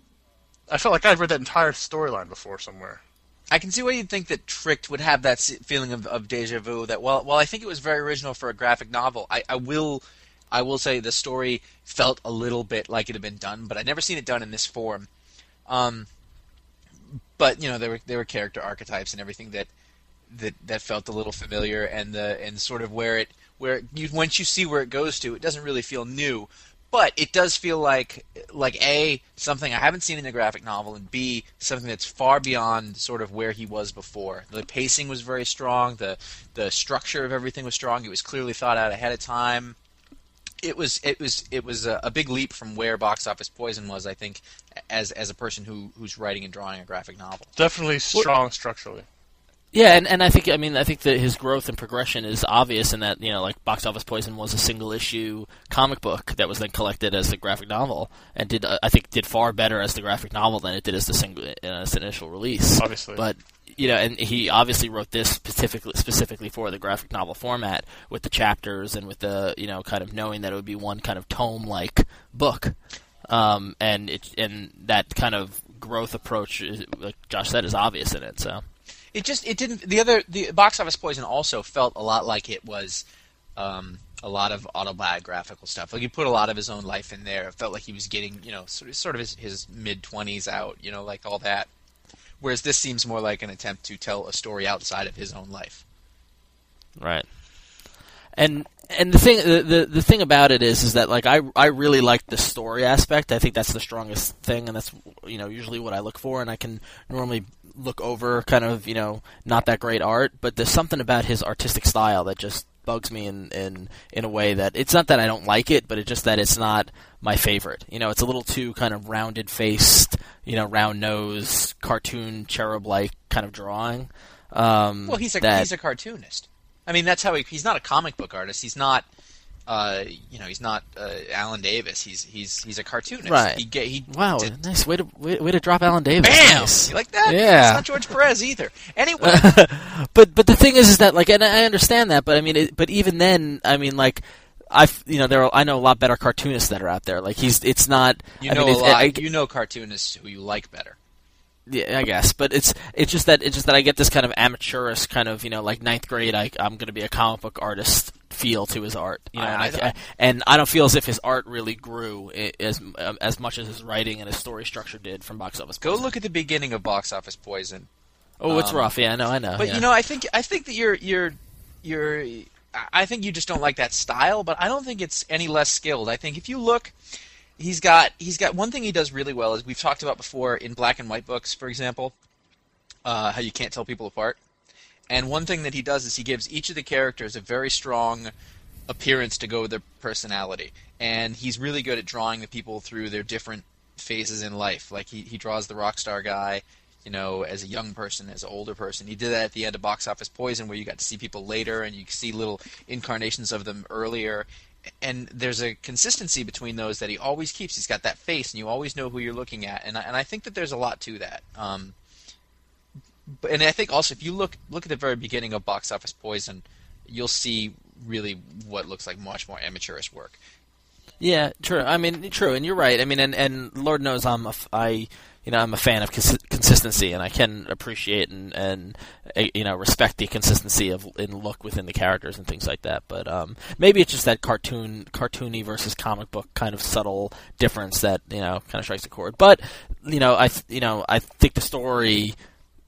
I felt like I'd read that entire storyline before somewhere. I can see why you'd think that Tricked would have that se- feeling of, of deja vu. That while while I think it was very original for a graphic novel, I, I will I will say the story felt a little bit like it had been done, but I'd never seen it done in this form. Um, but you know there were there were character archetypes and everything that that that felt a little familiar, and the and sort of where it where it, you once you see where it goes to, it doesn't really feel new, but it does feel like like a something I haven't seen in a graphic novel, and b something that's far beyond sort of where he was before. The pacing was very strong. the The structure of everything was strong. It was clearly thought out ahead of time. It was it was it was a, a big leap from where Box Office Poison was. I think as as a person who who's writing and drawing a graphic novel. Definitely strong structurally. Yeah, and, and I think I mean I think that his growth and progression is obvious in that you know like Box Office Poison was a single issue comic book that was then collected as the graphic novel and did uh, I think did far better as the graphic novel than it did as the single uh, as the initial release. Obviously. but you know, and he obviously wrote this specifically specifically for the graphic novel format with the chapters and with the you know kind of knowing that it would be one kind of tome like book um, and it and that kind of growth approach is, like Josh said is obvious in it so. it just it didn't the other the box office poison also felt a lot like it was um, a lot of autobiographical stuff like he put a lot of his own life in there it felt like he was getting you know sort of, sort of his, his mid-20s out you know like all that whereas this seems more like an attempt to tell a story outside of his own life Right. And and the thing the, the the thing about it is is that like I I really like the story aspect. I think that's the strongest thing and that's you know usually what I look for and I can normally look over kind of, you know, not that great art, but there's something about his artistic style that just bugs me in in in a way that it's not that I don't like it, but it's just that it's not my favorite. You know, it's a little too kind of rounded faced, you know, round nose, cartoon cherub like kind of drawing. Um, well he's a that- he's a cartoonist i mean that's how he, he's not a comic book artist he's not uh, you know he's not uh, alan davis he's he's he's a cartoonist Right. he, ga- he Wow, did nice way to way, way to drop Alan Davis. Bam! Nice. You like that? Yeah. It's not George Perez either. Anyway, but but the thing is, is that like, and I understand that, but I mean, it, but even then, I mean, like, I you know there are, I know a lot better cartoonists that are out there. Like he's it's not you I know mean, a it's- lot. I- you know cartoonists who you like better. yeah, I guess, but it's it's just that it's just that I get this kind of amateurish kind of you know like ninth grade. I I'm going to be a comic book artist feel to his art, you know, I- and, I, I- I- and I don't feel as if his art really grew i- as um, as much as his writing and his story structure did from box office. Go Poison. look at the beginning of Box Office Poison. Oh, it's um, rough. Yeah, I know, I know. But yeah. you know, I think I think that you're you're you're. I- I think you just don't like that style, but I don't think it's any less skilled. I think if you look, he's got he's got one thing he does really well is we've talked about before in black and white books, for example, uh, how you can't tell people apart. And one thing that he does is he gives each of the characters a very strong appearance to go with their personality. And he's really good at drawing the people through their different phases in life. Like he, he draws the rock star guy, you know, as a young person, as an older person. He did that at the end of Box Office Poison, where you got to see people later and you see little incarnations of them earlier. and there's a consistency between those that he always keeps. He's got that face, and you always know who you're looking at, and I, and I think that there's a lot to that. Um, but, and I think also if you look look at the very beginning of Box Office Poison, you'll see really what looks like much more amateurish work. Yeah, true. I mean, true, and you're right. I mean, and, and Lord knows I'm a, f- I, you know, I'm a fan of cons- consistency, and I can appreciate and and uh, you know respect the consistency of in look within the characters and things like that. But um, maybe it's just that cartoon, cartoony versus comic book kind of subtle difference that you know kind of strikes a chord. But you know, I th- you know I think the story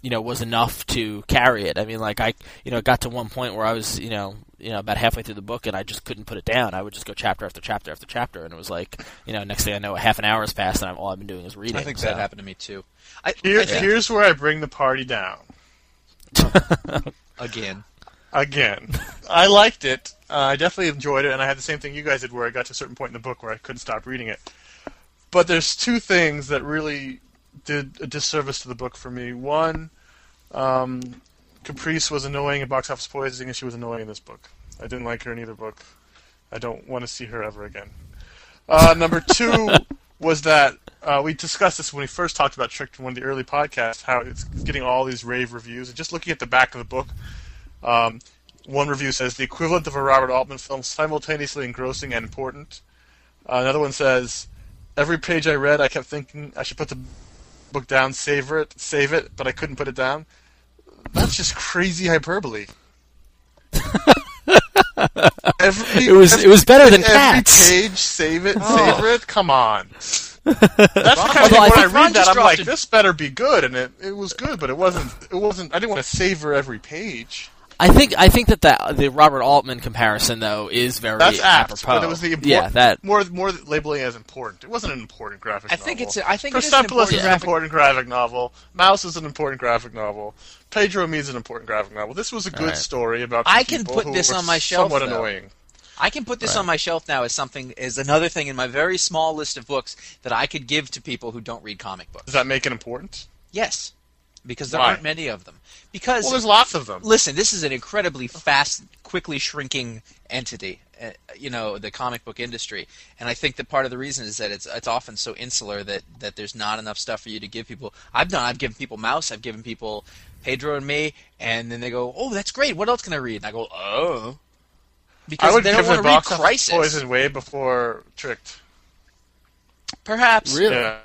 you know was enough to carry it. I mean, like I you know it got to one point where I was you know you know about halfway through the book and I just couldn't put it down. I would just go chapter after chapter after chapter, and it was like you know next thing I know, half an hour has passed, and I'm, all I've been doing is reading. I think so. that happened to me too. I, Here, I think, Here's where I bring the party down. again. again. I liked it. Uh, I definitely enjoyed it, and I had the same thing you guys did, where I got to a certain point in the book where I couldn't stop reading it. But there's two things that really did a disservice to the book for me. One, um, Caprice was annoying in Box Office Poisoning, and she was annoying in this book. I didn't like her in either book. I don't want to see her ever again. Uh, number two was that uh, we discussed this when we first talked about Tricked in one of the early podcasts, how it's getting all these rave reviews. And just looking at the back of the book, um, one review says the equivalent of a Robert Altman film, simultaneously engrossing and important. Uh, another one says, every page I read, I kept thinking I should put the book down, savor it, save it, but I couldn't put it down. That's just crazy hyperbole. every, It was it was better than every cats. page, save it, savor it. Come on. That's the kind of Although thing I when I think Ron read that, just I'm dropped like, a- this better be good, and it, it was good, but it wasn't. It wasn't. I didn't want to savor every page. I think I think that that the Robert Altman comparison though is very That's apt, apropos. but it was the important, yeah that more more labeling as important. It wasn't an important graphic. I think novel. it's. a- I think it is an Persepolis important is an graphic- important graphic novel. Mouse is an important graphic novel. Pedro Me is an important graphic novel. This was a good Alright. story about. I two can people put who this were on my shelf, Somewhat though. annoying. I can put this on my shelf now as something as another thing in my very small list of books that I could give to people who don't read comic books. Does that make it important? Yes, because there Why? aren't many of them. Because Well, there's lots of them. listen, this is an incredibly fast, quickly shrinking entity. Uh, you know, the comic book industry, and I think that part of the reason is that it's it's often so insular that that there's not enough stuff for you to give people. I've done. I've given people Mouse. I've given people Pedro and me, and then they go, "Oh, that's great. What else can I read?" And I go, "Oh." Because I would they don't give want the to read box Office Crisis. poison way before tricked. Perhaps. really Yeah.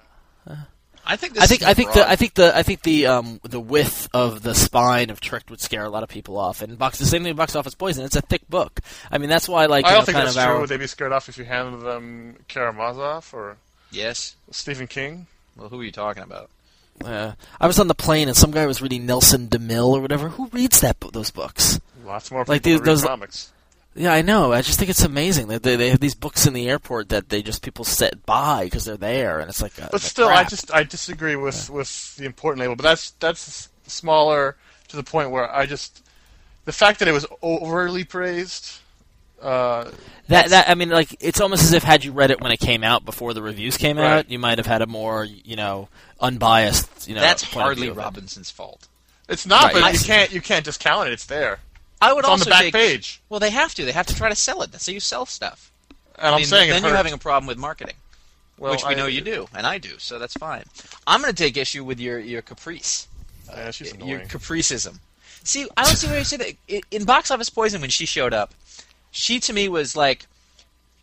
I think this I think is I think broad. the I think the I think the um the width of the spine of Tricked would scare a lot of people off. And box the same thing with box office poison. It's a thick book. I mean that's why like you I know, don't think kind that's of true. our Would they be scared off if you handed them Karamazov or Yes. Stephen King? Well, who are you talking about? uh, I was on the plane and some guy was reading Nelson DeMille or whatever. Who reads that bo- those books? Lots more Like people these- read those- comics. Yeah, I know. I just think it's amazing that they, they have these books in the airport that they just people set by because they're there, and it's like. Uh, but like still, I crap. just I disagree with with the important label. But that's that's smaller to the point where I just the fact that it was overly praised. Uh, That that I mean, like it's almost as if had you read it when it came out before the reviews came Right. out, you might have had a more you know unbiased you know. That's point of hardly view of it. Robinson's fault. it's not, Right. but I you see. can't you can't discount it. It's there. I would It's on also the back take- page, Well, they have to. They have to try to sell it. That's how you sell stuff. and I'm mean, saying then it you're hurt. having a problem with marketing, Well, which we I- know you do, and I do, so that's fine. I'm going to take issue with your your caprice, Yeah, she's your annoying. capricism. See, I don't see where you say that I- in Box Office Poison when she showed up. She to me was like,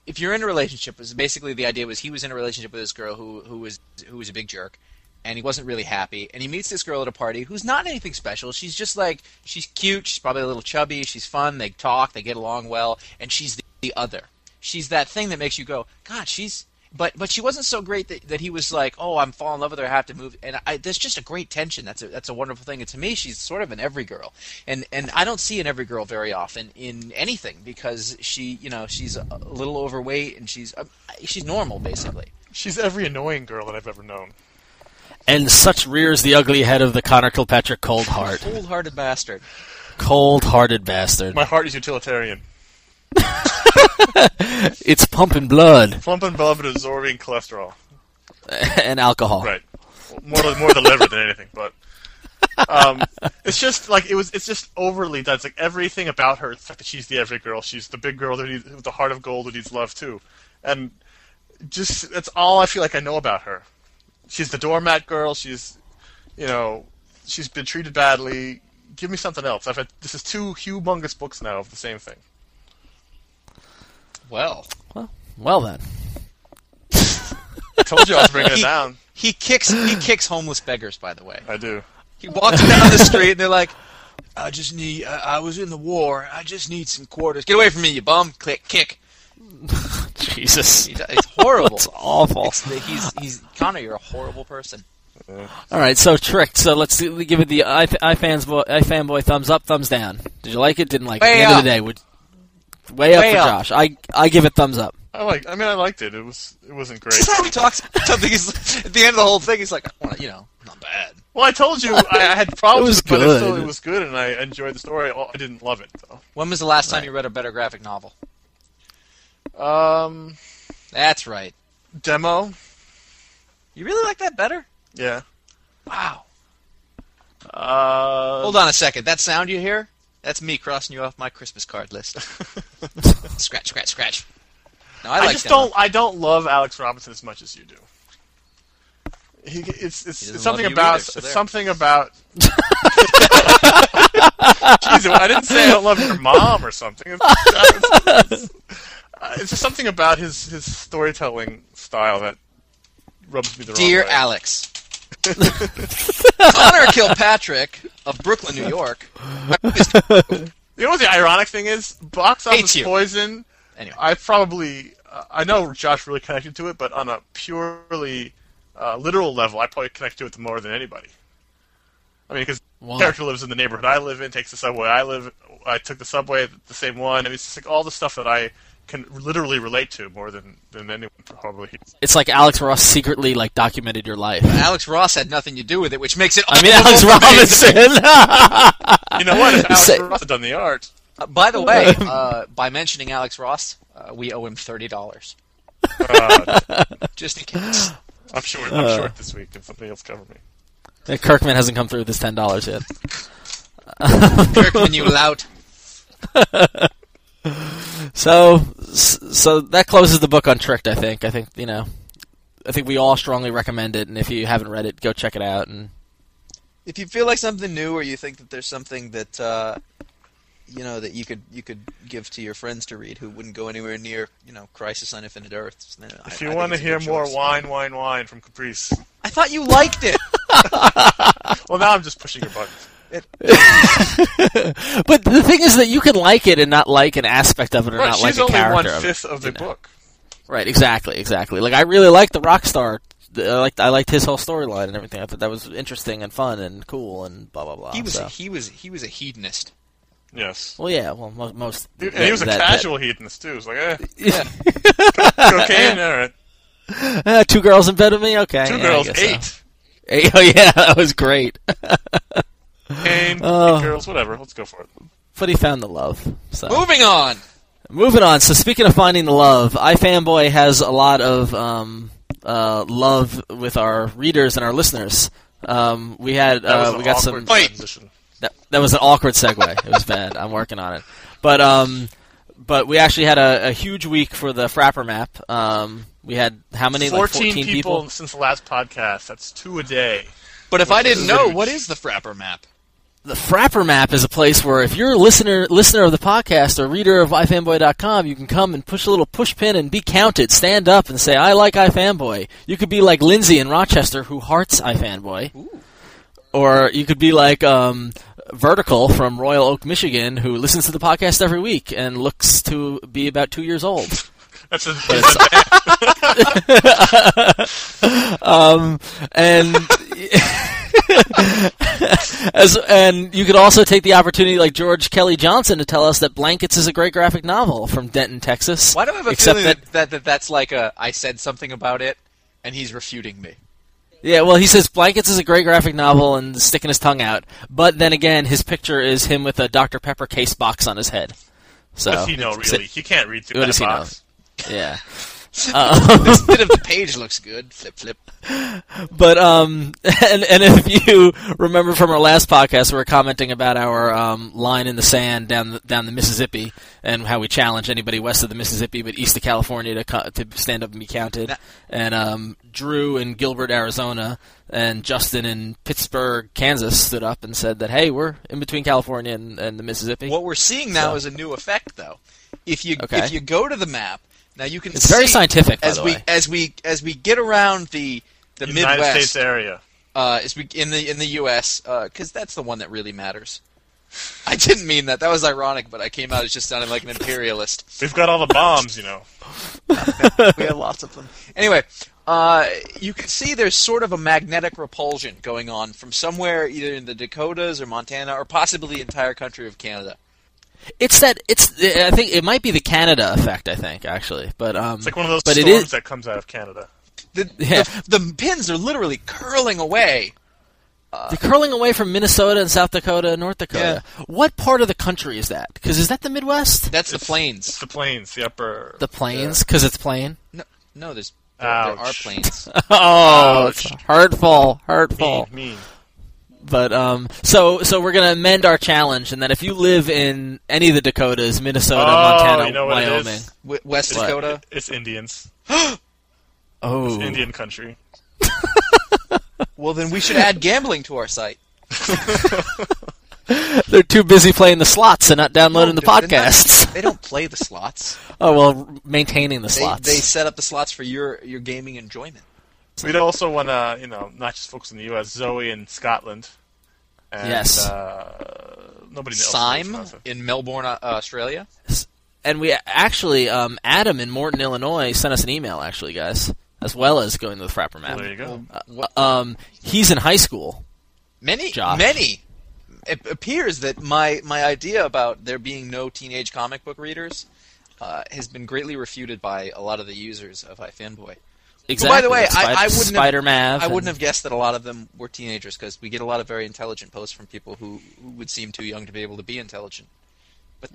if you're in a relationship, was basically the idea was he was in a relationship with this girl who who was who was a big jerk, and he wasn't really happy. And he meets this girl at a party who's not anything special. She's just like she's cute. She's probably a little chubby. She's fun. They talk. They get along well. And she's the, the other. She's that thing that makes you go, God, she's. But but she wasn't so great that, that he was like, oh, I'm falling in love with her. I have to move. And I, there's just a great tension. That's a that's a wonderful thing. And to me, she's sort of an every girl. And and I don't see an every girl very often in anything because she you know she's a little overweight and she's uh, she's normal basically. She's every annoying girl that I've ever known. And such rears the ugly head of the Connor Kilpatrick cold heart, Cold-hearted bastard. cold-hearted bastard. My heart is utilitarian, It's pumping blood plump and velvet, absorbing cholesterol. and alcohol. Right. More more the liver than anything, but um, It's just like it was. It's just overly done. It's like everything about her. The fact that she's the every girl. She's the big girl who needs, with the heart of gold who needs love too, and just that's all I feel like I know about her. She's the doormat girl. She's, you know, she's been treated badly. Give me something else. I've had this is two humongous books now of the same thing. Well, Well, well then. I told you I was bringing it down. he kicks he kicks homeless beggars. By the way, I do. he walks down the street and they're like, "I just need. I, I was in the war. I just need some quarters. Get away from me, you bum! Click, kick." Jesus. He- It's horrible. It's awful. It's the- he's he's Connor. You're a horrible person. All right, so tricked. So let's see- give it the i iFanboy iFanboy thumbs up, thumbs down. Did you like it? Didn't like it. At Way the end of up. the day, would, way up Way for up. Josh. I I give it thumbs up. I like. I mean, I liked it. It was. It wasn't great. That's how he talks. about Something he's, at the end of the whole thing, he's like, I wanna, you know, not bad. Well, I told you I, I had problems. It was with it, But it, still, good. it was good, and I enjoyed the story. Oh, I didn't love it though. When was the last time you read a better graphic novel? Um, That's right. demo. You really like that better? Yeah. Wow. Uh, Hold on a second. That sound you hear? That's me crossing you off my Christmas card list. scratch, scratch, scratch. No, I I, like just Demo. don't. I don't love Alex Robinson as much as you do. He, it's it's, doesn't it's something love you about either, so it's there. something about. Jeez, I didn't say I don't love your mom or something. It's, it's- it's- uh, it's just something about his his storytelling style that rubs me the Dear wrong way. Alex. Connor Kilpatrick of Brooklyn, New York. You know what the ironic thing is? Box office you. poison. Anyway. I probably, uh, I know Josh really connected to it, but on a purely uh, literal level, I probably connect to it more than anybody. I mean, because Why? character lives in the neighborhood I live in, takes the subway I live, I took the subway, the same one. I mean, it's just like all the stuff that I can literally relate to more than than anyone probably. It's like Alex Ross secretly like documented your life. Alex Ross had nothing to do with it, which makes it. I mean, Alex Robinson. You know what? If Alex Say- Ross had done the art, Uh, by the way, uh, by mentioning Alex Ross, uh, we owe him thirty dollars. uh, Just in case. I'm short. Uh. I'm short this week, and somebody else cover me. Kirkman hasn't come through with his ten dollars yet. Kirkman, you lout. So s- so that closes the book on tricked. I think. I think you know. I think we all strongly recommend it, and if you haven't read it, go check it out. And If you feel like something new, or you think that there's something that uh, you know that you could you could give to your friends to read who wouldn't go anywhere near you know Crisis on Infinite Earths, then I- If I you think want to it's a hear good more choice. wine, wine, wine from Caprice, I thought you liked it. well, now I'm just pushing your buttons. but the thing is that you can like it and not like an aspect of it or Right, not she's like a only character. one of it. fifth of the book. Right, exactly, exactly. Like I really liked the Rockstar. I liked I liked his whole storyline and everything. I thought that was interesting and fun and cool and blah blah blah. He was so- he was he was a hedonist. Yes. well, yeah, well, mo- most. Dude, and he was a that- that- casual hedonist too. It's like, eh. cocaine, all right. Uh, two girls in bed with me. Okay, Two yeah, I girls, guess so. eight. Eight- Oh yeah, that was great. Cocaine, Oh. Uh, eight girls, whatever. Let's go for it. but he found the love. So Moving on. moving on. So speaking of finding the love, iFanboy has a lot of um, uh, love with our readers and our listeners. Um, we had That was uh, an we got some awkward Wait. transition. that, that was an awkward segue. it was bad. I'm working on it. But um, but we actually had a, a huge week for the Frapper map. Um, we had how many? like 14 14 people, since the last podcast. That's two a day. But if I didn't know, huge. what is the Frapper map? The Frapper map is a place where if you're a listener listener of the podcast or reader of ifanboy.com, you can come and push a little push pin and be counted. Stand up and say, "I like ifanboy." You could be like Lindsay in Rochester who hearts ifanboy, or you could be like um, Vertical from Royal Oak, Michigan, who listens to the podcast every week and looks to be about two years old. That's a, and as and you could also take the opportunity, like George Kelly Johnson, to tell us that Blankets is a great graphic novel from Denton, Texas. Why do I have a Except feeling that, that, that that's like a I said something about it, and he's refuting me. Yeah, well, he says Blankets is a great graphic novel and sticking his tongue out. But then again, his picture is him with a Dr Pepper case box on his head. So uh, does he know, really? He can't read through What that does he know? box. yeah. this bit of the page looks good. Flip, flip. But um, and and if you remember from our last podcast, we were commenting about our um, line in the sand down the, down the Mississippi and how we challenge anybody west of the Mississippi but east of California to co- to stand up and be counted. That- and um, Drew in Gilbert, Arizona, and Justin in Pittsburgh, Kansas, stood up and said that hey, we're in between California and, and the Mississippi. What we're seeing now So- is a new effect, though. If you Okay. if you go to the map now, you can. It's very see scientific, by as the we way. as we as we get around the the United Midwest, States area. uh, is we, in the in the U.S. because that's the one that really matters. I didn't mean that. That was ironic, but I came out as just sounding like an imperialist. We've got all the bombs, you know. we had lots of them. Anyway, uh, you can see there's sort of a magnetic repulsion going on from somewhere, either in the Dakotas or Montana, or possibly the entire country of Canada. It's that it's I think it might be the Canada effect. I think actually, but um, It's like one of those but storms it is that comes out of Canada. The, Yeah. the, the pins are literally curling away. they're curling away from Minnesota and South Dakota and North Dakota. What part of the country is that? Because is that the Midwest? That's the It's plains. the plains, the upper. the plains, because it's plain. No, no there's there, there are Ouch. plains. Oh, it's hurtful, hurtful. mean, mean. But um, so so we're gonna amend our challenge, and that if you live in any of the Dakotas, Minnesota, Oh, Montana, you know what it Wyoming, is? W- West What? Dakota. It's Indians. oh, Indian country. Well, then we should add gambling to our site. they're too busy playing the slots and not Oh, downloading the No, they're not- podcasts. They don't play the slots. oh well, maintaining the They, slots. they set up the slots for your your gaming enjoyment. We'd also want to, you know, not just focus on the U.S. Zoe in Scotland. And, Yes. Uh, nobody knows. Syme in Melbourne, uh, Australia. and we actually um, Adam in Morton, Illinois, sent us an email actually, guys, as well as going to the Frapper Well, Map. there you go. Wha- Um, he's in high Oh, school. Many, Josh. many. It appears that my my idea about there being no teenage comic book readers uh, has been greatly refuted by a lot of the users of iFanboy. But Exactly. by the way, Spid- I, I wouldn't Spider Mav. have, I wouldn't have guessed that a lot of them were teenagers because we get a lot of very intelligent posts from people who, who would seem too young to be able to be intelligent.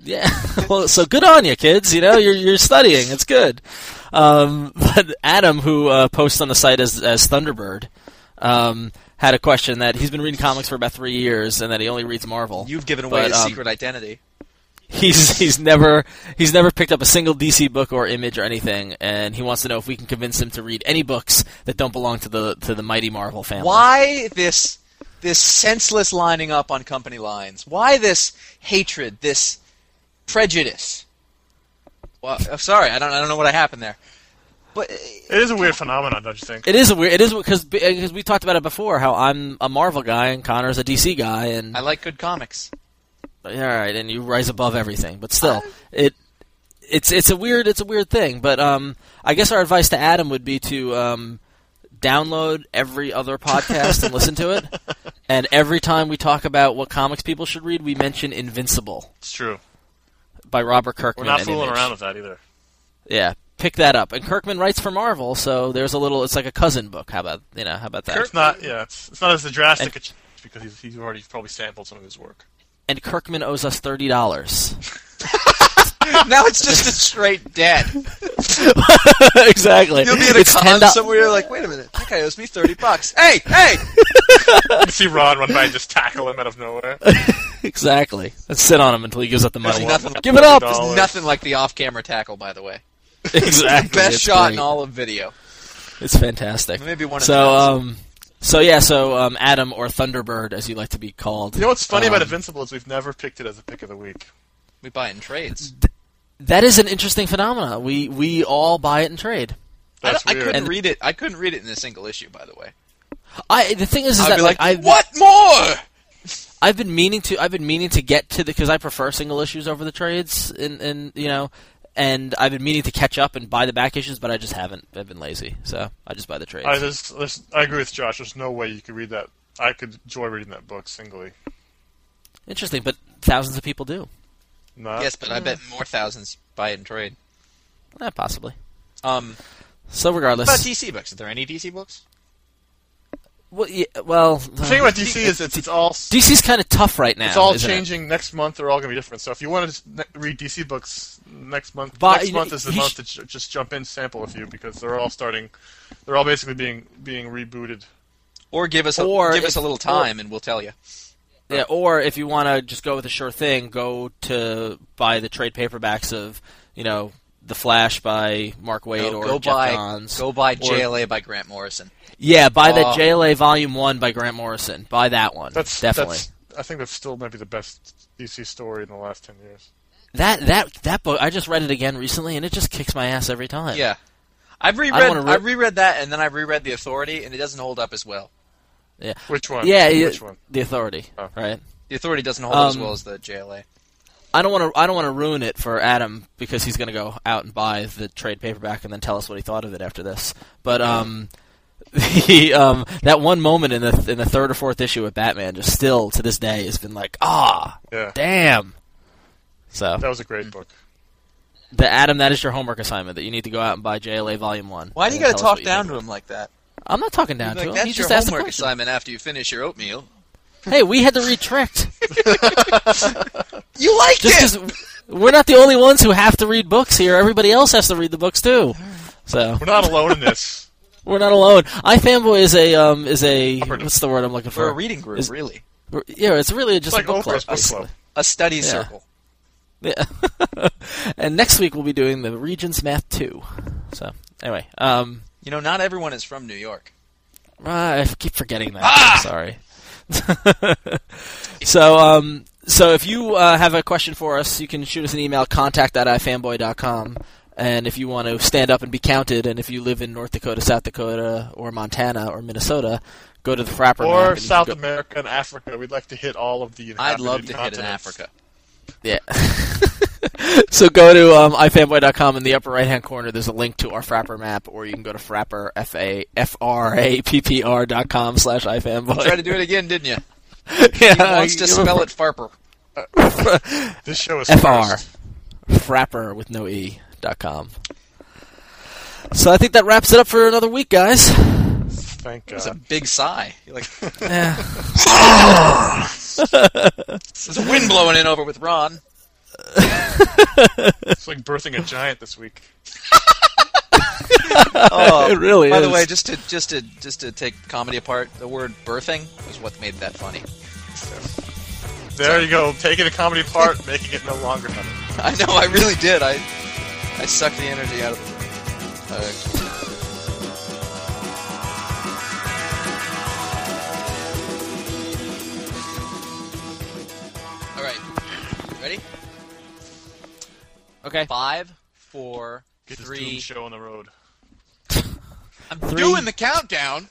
Yeah. well, so good on you, kids. You know, you're you're studying. It's good. Um, but Adam, who uh, posts on the site as as Thunderbird, um, had a question that he's been reading comics for about three years, and that he only reads Marvel. You've given away But, his um, secret identity. he's he's never he's never picked up a single DC book or image or anything, and he wants to know if we can convince him to read any books that don't belong to the to the mighty Marvel family. Why this this senseless lining up on company lines? Why this hatred? This prejudice? Well, I'm sorry, I don't I don't know what happened there, but. uh, It is a weird phenomenon, don't you think? It is a weird. It is because because we talked about it before. How I'm a Marvel guy and Connor's a DC guy, and I like good comics. all right, and you rise above everything. But still, it it's it's a weird it's a weird thing. But um, I guess our advice to Adam would be to um, download every other podcast and listen to it. And every time we talk about what comics people should read, we mention Invincible It's true. by Robert We're Kirkman. not and fooling Image. around with that either. Yeah, pick that up. And Kirkman writes for Marvel, so there's a little. It's like a cousin book. How about you know? How about that? It's not. Yeah, it's, it's not as drastic And- a change because he's, he's already probably sampled some of his work. and Kirkman owes us thirty dollars. now it's just a straight debt. exactly. You'll be at a It's con $10. somewhere. You're like, wait a minute, that guy owes me thirty bucks. Hey, hey! You see Rod run by and just tackle him out of nowhere. Exactly. Let's sit on him until he gives up the money. nothing- Give it up. $30. There's nothing like the off-camera tackle, by the way. exactly. Best It's shot great. in all of video. It's fantastic. Maybe one of So, those. um, so yeah, so um, Adam or Thunderbird, as you like to be called. You know what's funny about um, Invincible is we've never picked it as a pick of the week. We buy it in trades. That is an interesting phenomenon. We we all buy it and trade. I, That's I weird. couldn't read it. I couldn't read it in a single issue, by the way. I the thing is, is I'd that be like, like, I've, what more? I've been meaning to I've been meaning to get to the because I prefer single issues over the trades and and you know and I've been meaning to catch up and buy the back issues, but I just haven't. I've been lazy, so I just buy the trades. I, there's, there's, I agree with Josh. There's no way you could read that. I could enjoy reading that book singly. Interesting, but thousands of people do. Not, Yes, but I bet more thousands buy it in trade. Eh, possibly. Um, So what about regardless, DC books? Are there any DC books? Well, yeah, well The thing about DC is it's, it's all DC's kind of tough right now. it's all isn't it? changing next month. They're all going to be different. So if you want to ne- read DC books next month, But, next you know, month is the he month sh- to j- just jump in sample a few because they're all starting. They're all basically being being rebooted. Or give us a, Or give us if- a little time and we'll tell you. Yeah, or if you want to just go with a sure thing, go to buy the trade paperbacks of you know the Flash by Mark Wade Go, or go Jeff buy Johns. go buy or- JLA by Grant Morrison. Yeah, buy the Oh. JLA Volume One by Grant Morrison. Buy that one. Uh, That's definitely That's, I think that's still maybe the best DC story in the last ten years. that that that book. I just read it again recently, and it just kicks my ass every time. Yeah, I've reread wanna re- I reread that and then I reread the Authority and it doesn't hold up as well. Which one? yeah, yeah, Which one? the Authority, Oh. right? The Authority doesn't hold up as Um, well as the JLA. I don't want to. I don't want to ruin it for Adam because he's going to go out and buy the trade paperback and then tell us what he thought of it after this. But um, the um, that one moment in the in the third or fourth issue of Batman just still to this day has been like ah Yeah, damn. So that was a Mm. great book. the Adam, that is your homework assignment that you need to go out and buy JLA Volume One. Why do you and got to tell us what talk down think. to him like that? I'm not talking down Like, to him. He that's your just asked a homework question. assignment after you finish your oatmeal. Hey, we had to read tricked You liked just it. because we're not the only ones who have to read books here. Everybody else has to read the books too. So We're not alone in this. We're not alone. iFanboy is a um is a Operative. what's the word I'm looking For a for? reading group, Is- really, We're- yeah, it's really just a It's like book club. Oprah's book club. a study Yeah. circle. basically. Yeah. and next week we'll be doing the Regents Math Two. So anyway, um, You know, not everyone is from New York. Ah, I keep forgetting that. Ah! I'm sorry. so um so if you uh, have a question for us, you can shoot us an email contact at ifanboy.com. And if you want to stand up and be counted, and if you live in North Dakota, South Dakota, or Montana, or Minnesota, go to the Frapper map Or and you can South go- America and Africa. We'd like to hit all of the. I'd love to hit inhabited in continents. Africa. Yeah. so go to um, ifanboy.com in the upper right hand corner. There's a link to our Frapper map, or you can go to Frapper f a f r a p p r dot com slash Try to ifanboy. do it again, didn't you? yeah, He wants to spell it Farper. This show is fr cursed. frapper with no e dot com. So I think that wraps it up for another week, guys. Thank It's a God. big sigh. You're like Yeah. there's a wind blowing in over with Ron. It's like birthing a giant this week. Oh, It really By is. the way, just to just to just to take comedy apart, the word birthing was what made that funny. There you go. Taking a comedy part, making it no longer funny. I know, I really did. I I sucked the energy out of it. Uh, all right, ready? okay. Five, four, Get this three. Doom show on the road. I'm doing the countdown.